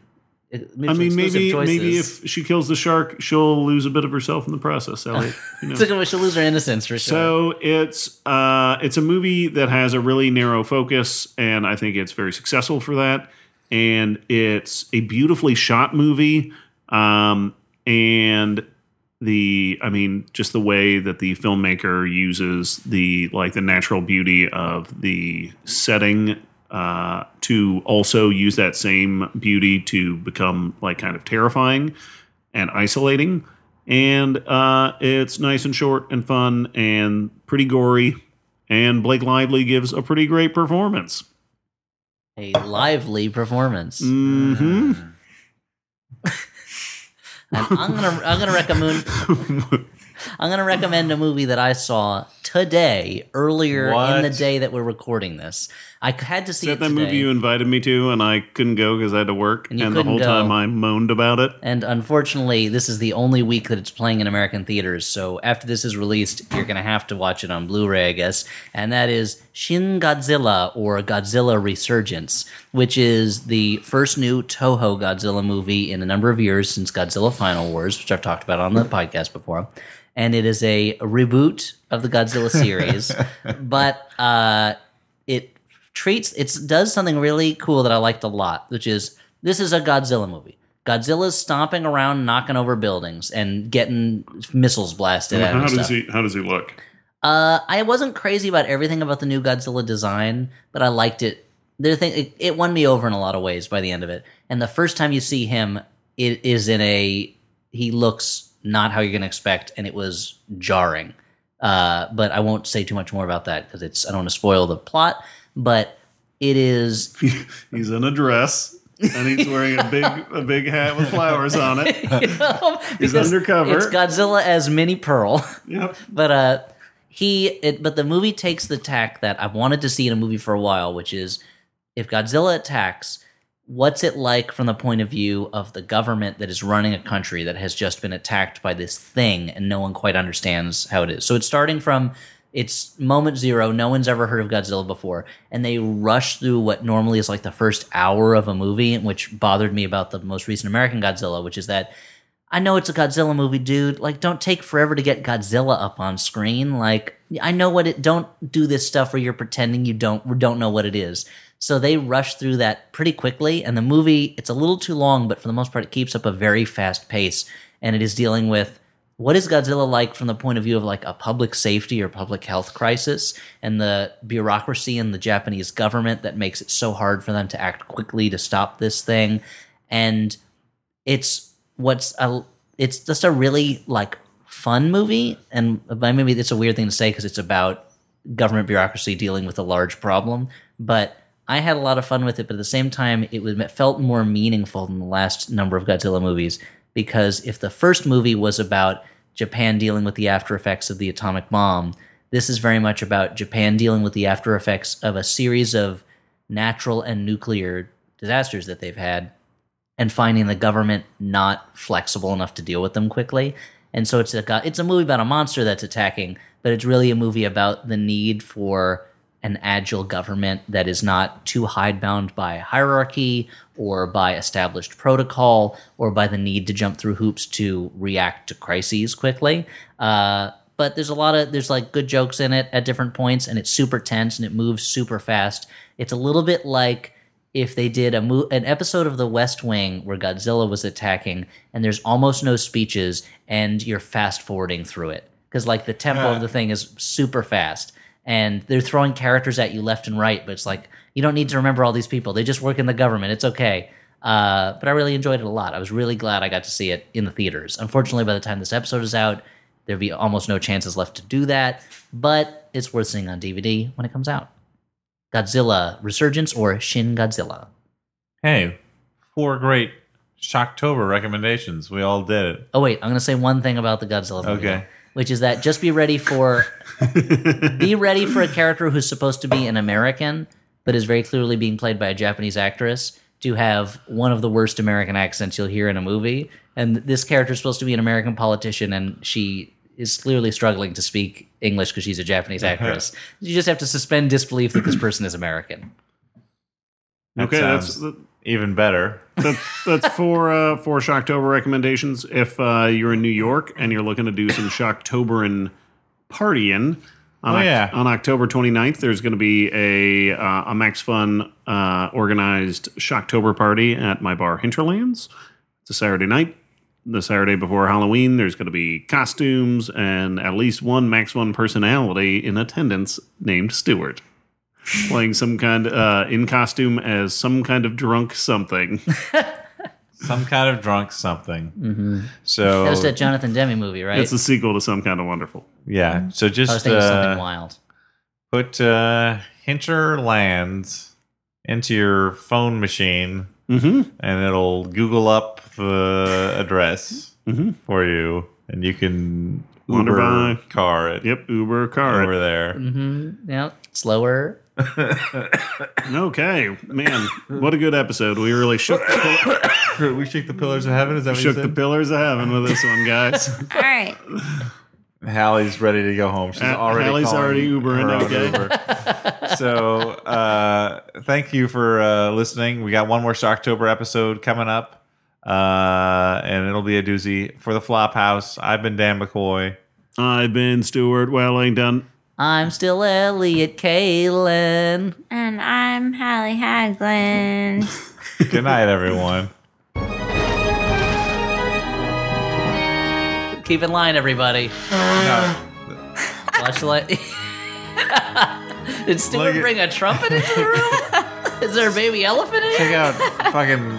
e, I mean, maybe maybe if she kills the shark, she'll lose a bit of herself in the process, Elliot. You (laughs) know? It's like we should lose her innocence for sure. So it's uh, it's a movie that has a really narrow focus, and I think it's very successful for that. And it's a beautifully shot movie, um, and the I mean, just the way that the filmmaker uses the like the natural beauty of the setting. Uh, to also use that same beauty to become like kind of terrifying and isolating. And uh, it's nice and short and fun and pretty gory. And Blake Lively gives a pretty great performance. a lively performance. Mm-hmm. hmm And I'm gonna I'm gonna (laughs) recommend I'm gonna recommend a movie that I saw today earlier in What? the day that we're recording this. I had to see Is that it that today, movie you invited me to and I couldn't go because I had to work? And And, you the couldn't whole go. time I moaned about it. and unfortunately, this is the only week that it's playing in American theaters. So after this is released, you're gonna have to watch it on Blu-ray, I guess. And that is Shin Godzilla or Godzilla Resurgence, which is the first new Toho Godzilla movie in a number of years since Godzilla Final Wars, which I've talked about on the podcast before. and it is a reboot of the Godzilla series, but uh, it treats it does something really cool that I liked a lot, which is this is a Godzilla movie. Godzilla's stomping around, knocking over buildings, and getting missiles blasted at him. and How stuff. does he How does he look? Uh, I wasn't crazy about everything about the new Godzilla design, but I liked it. The thing, it, it won me over in a lot of ways by the end of it. And the first time you see him, it is in a he looks not how you're going to expect, and it was jarring. Uh, but I won't say too much more about that because it's I don't want to spoil the plot. But It (laughs) is (laughs) (laughs) He's in a dress and he's wearing a big a big hat with flowers on (laughs) it. because undercover. It's Godzilla as Mini Pearl, Yep. but uh, he. It, but the movie takes the tack that I wanted to see in a movie for a while, which is if Godzilla attacks, what's it like from the point of view of the government that is running a country that has just been attacked by this thing and no one quite understands how it is? So it's starting from it's moment zero, no one's ever heard of Godzilla before, and they rush through what normally is like the first hour of a movie, which bothered me about the most recent American Godzilla, which is that I know it's a Godzilla movie, dude. Like, don't take forever to get Godzilla up on screen. Like, I know what it. Don't do this stuff where you're pretending you don't don't know what it is. So they rush through that pretty quickly, and the movie it's a little too long, but for the most part, it keeps up a very fast pace, and it is dealing with what is Godzilla like from the point of view of like a public safety or public health crisis and the bureaucracy in the Japanese government that makes it so hard for them to act quickly to stop this thing, and it's what's a it's just a really like fun movie and by maybe it's a weird thing to say because it's about government bureaucracy dealing with a large problem but i had a lot of fun with it but at the same time it, was, it felt more meaningful than the last number of godzilla movies because if the first movie was about japan dealing with the after effects of the atomic bomb this is very much about japan dealing with the after effects of a series of natural and nuclear disasters that they've had and finding the government not flexible enough to deal with them quickly. And so it's a go- it's a movie about a monster that's attacking, but it's really a movie about the need for an agile government that is not too hidebound by hierarchy or by established protocol or by the need to jump through hoops to react to crises quickly. Uh, but there's a lot of there's like good jokes in it at different points, and it's super tense and it moves super fast. It's a little bit like if they did a mo- an episode of The West Wing where Godzilla was attacking and there's almost no speeches and you're fast forwarding through it because like the tempo of the thing is super fast and they're throwing characters at you left and right but it's like you don't need to remember all these people they just work in the government it's okay uh, but I really enjoyed it a lot I was really glad I got to see it in the theaters unfortunately by the time this episode is out there'd be almost no chances left to do that but it's worth seeing on DVD when it comes out. Godzilla Resurgence or Shin Godzilla. Hey, four great Shocktober recommendations. We all did it. Oh wait, I'm gonna say one thing about the Godzilla movie, Okay. which is that just be (laughs) ready for be ready for a character who's supposed to be an American but is very clearly being played by a Japanese actress to have one of the worst American accents you'll hear in a movie. And this character is supposed to be an American politician, and she is clearly struggling to speak English because she's a Japanese Uh-huh. actress. you just have to suspend disbelief that this person is American. That okay, that's sounds even better. that's that's four uh, four Shocktober recommendations. If uh, you're in New York and you're looking to do some Shocktoberin partying on, Oh, Oc- yeah. on October 29th, there's going to be a uh, a Max Fun uh, organized Shocktober party at my bar Hinterlands. It's a Saturday night. The Saturday before Halloween, there's going to be costumes and at least one Max Fun personality in attendance named Stewart. Playing some kind uh, in costume as some kind of drunk something. Some kind of drunk something. Mm-hmm. So That was that Jonathan Demi movie, right? It's a sequel to some kind of wonderful. yeah. So I was just thinking of something uh, wild. put uh, hinterlands into your phone machine, Mm-hmm. and it'll Google up the address Mm-hmm. for you, and you can Wander Uber by. car it Yep, Uber car. over there. Yeah, slower. Okay, man, what a good episode. We really shook We shook the pillars of heaven. Is that what shook you Mm-hmm. the said? pillars of heaven with this one, guys. All right. Hallie's ready to go home. She's Ha- already Hallie's calling already her Ubering, own okay. Uber. so uh, thank you for uh, listening. We got one more Shocktober episode coming up, uh, and it'll be a doozy for the Flop House. I've been Dan McCoy. I've been Stuart Wellington. I'm still Elliot Kalen. And I'm Hallie Hagland. Good night, everyone. Keep in line, everybody. No, Watch the (laughs) light. Did Stuart Look at- bring a trumpet into the room? Is there a baby elephant in check here? out fucking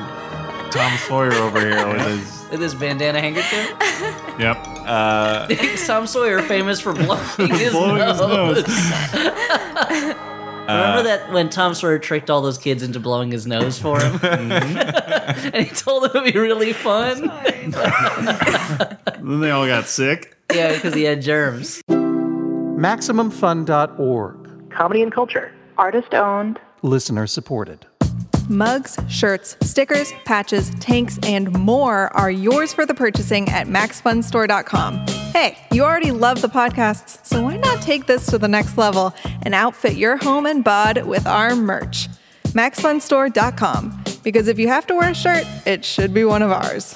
Tom Sawyer over here with his. With his bandana handkerchief? Yep. Uh, Tom Sawyer famous for blowing his Blowing his nose. (laughs) Remember that when Tom Sawyer tricked all those kids into blowing his nose for him, (laughs) and he told them it'd be really fun. Then they all got sick. yeah, because he had germs. MaximumFun.org. Comedy and culture. Artist owned. Listener supported. Mugs, shirts, stickers, patches, tanks, and more are yours for the purchasing at maxfunstore.com. Hey, you already love the podcasts, so why not take this to the next level and outfit your home and bod with our merch? MaxFunStore.com. Because if you have to wear a shirt, it should be one of ours.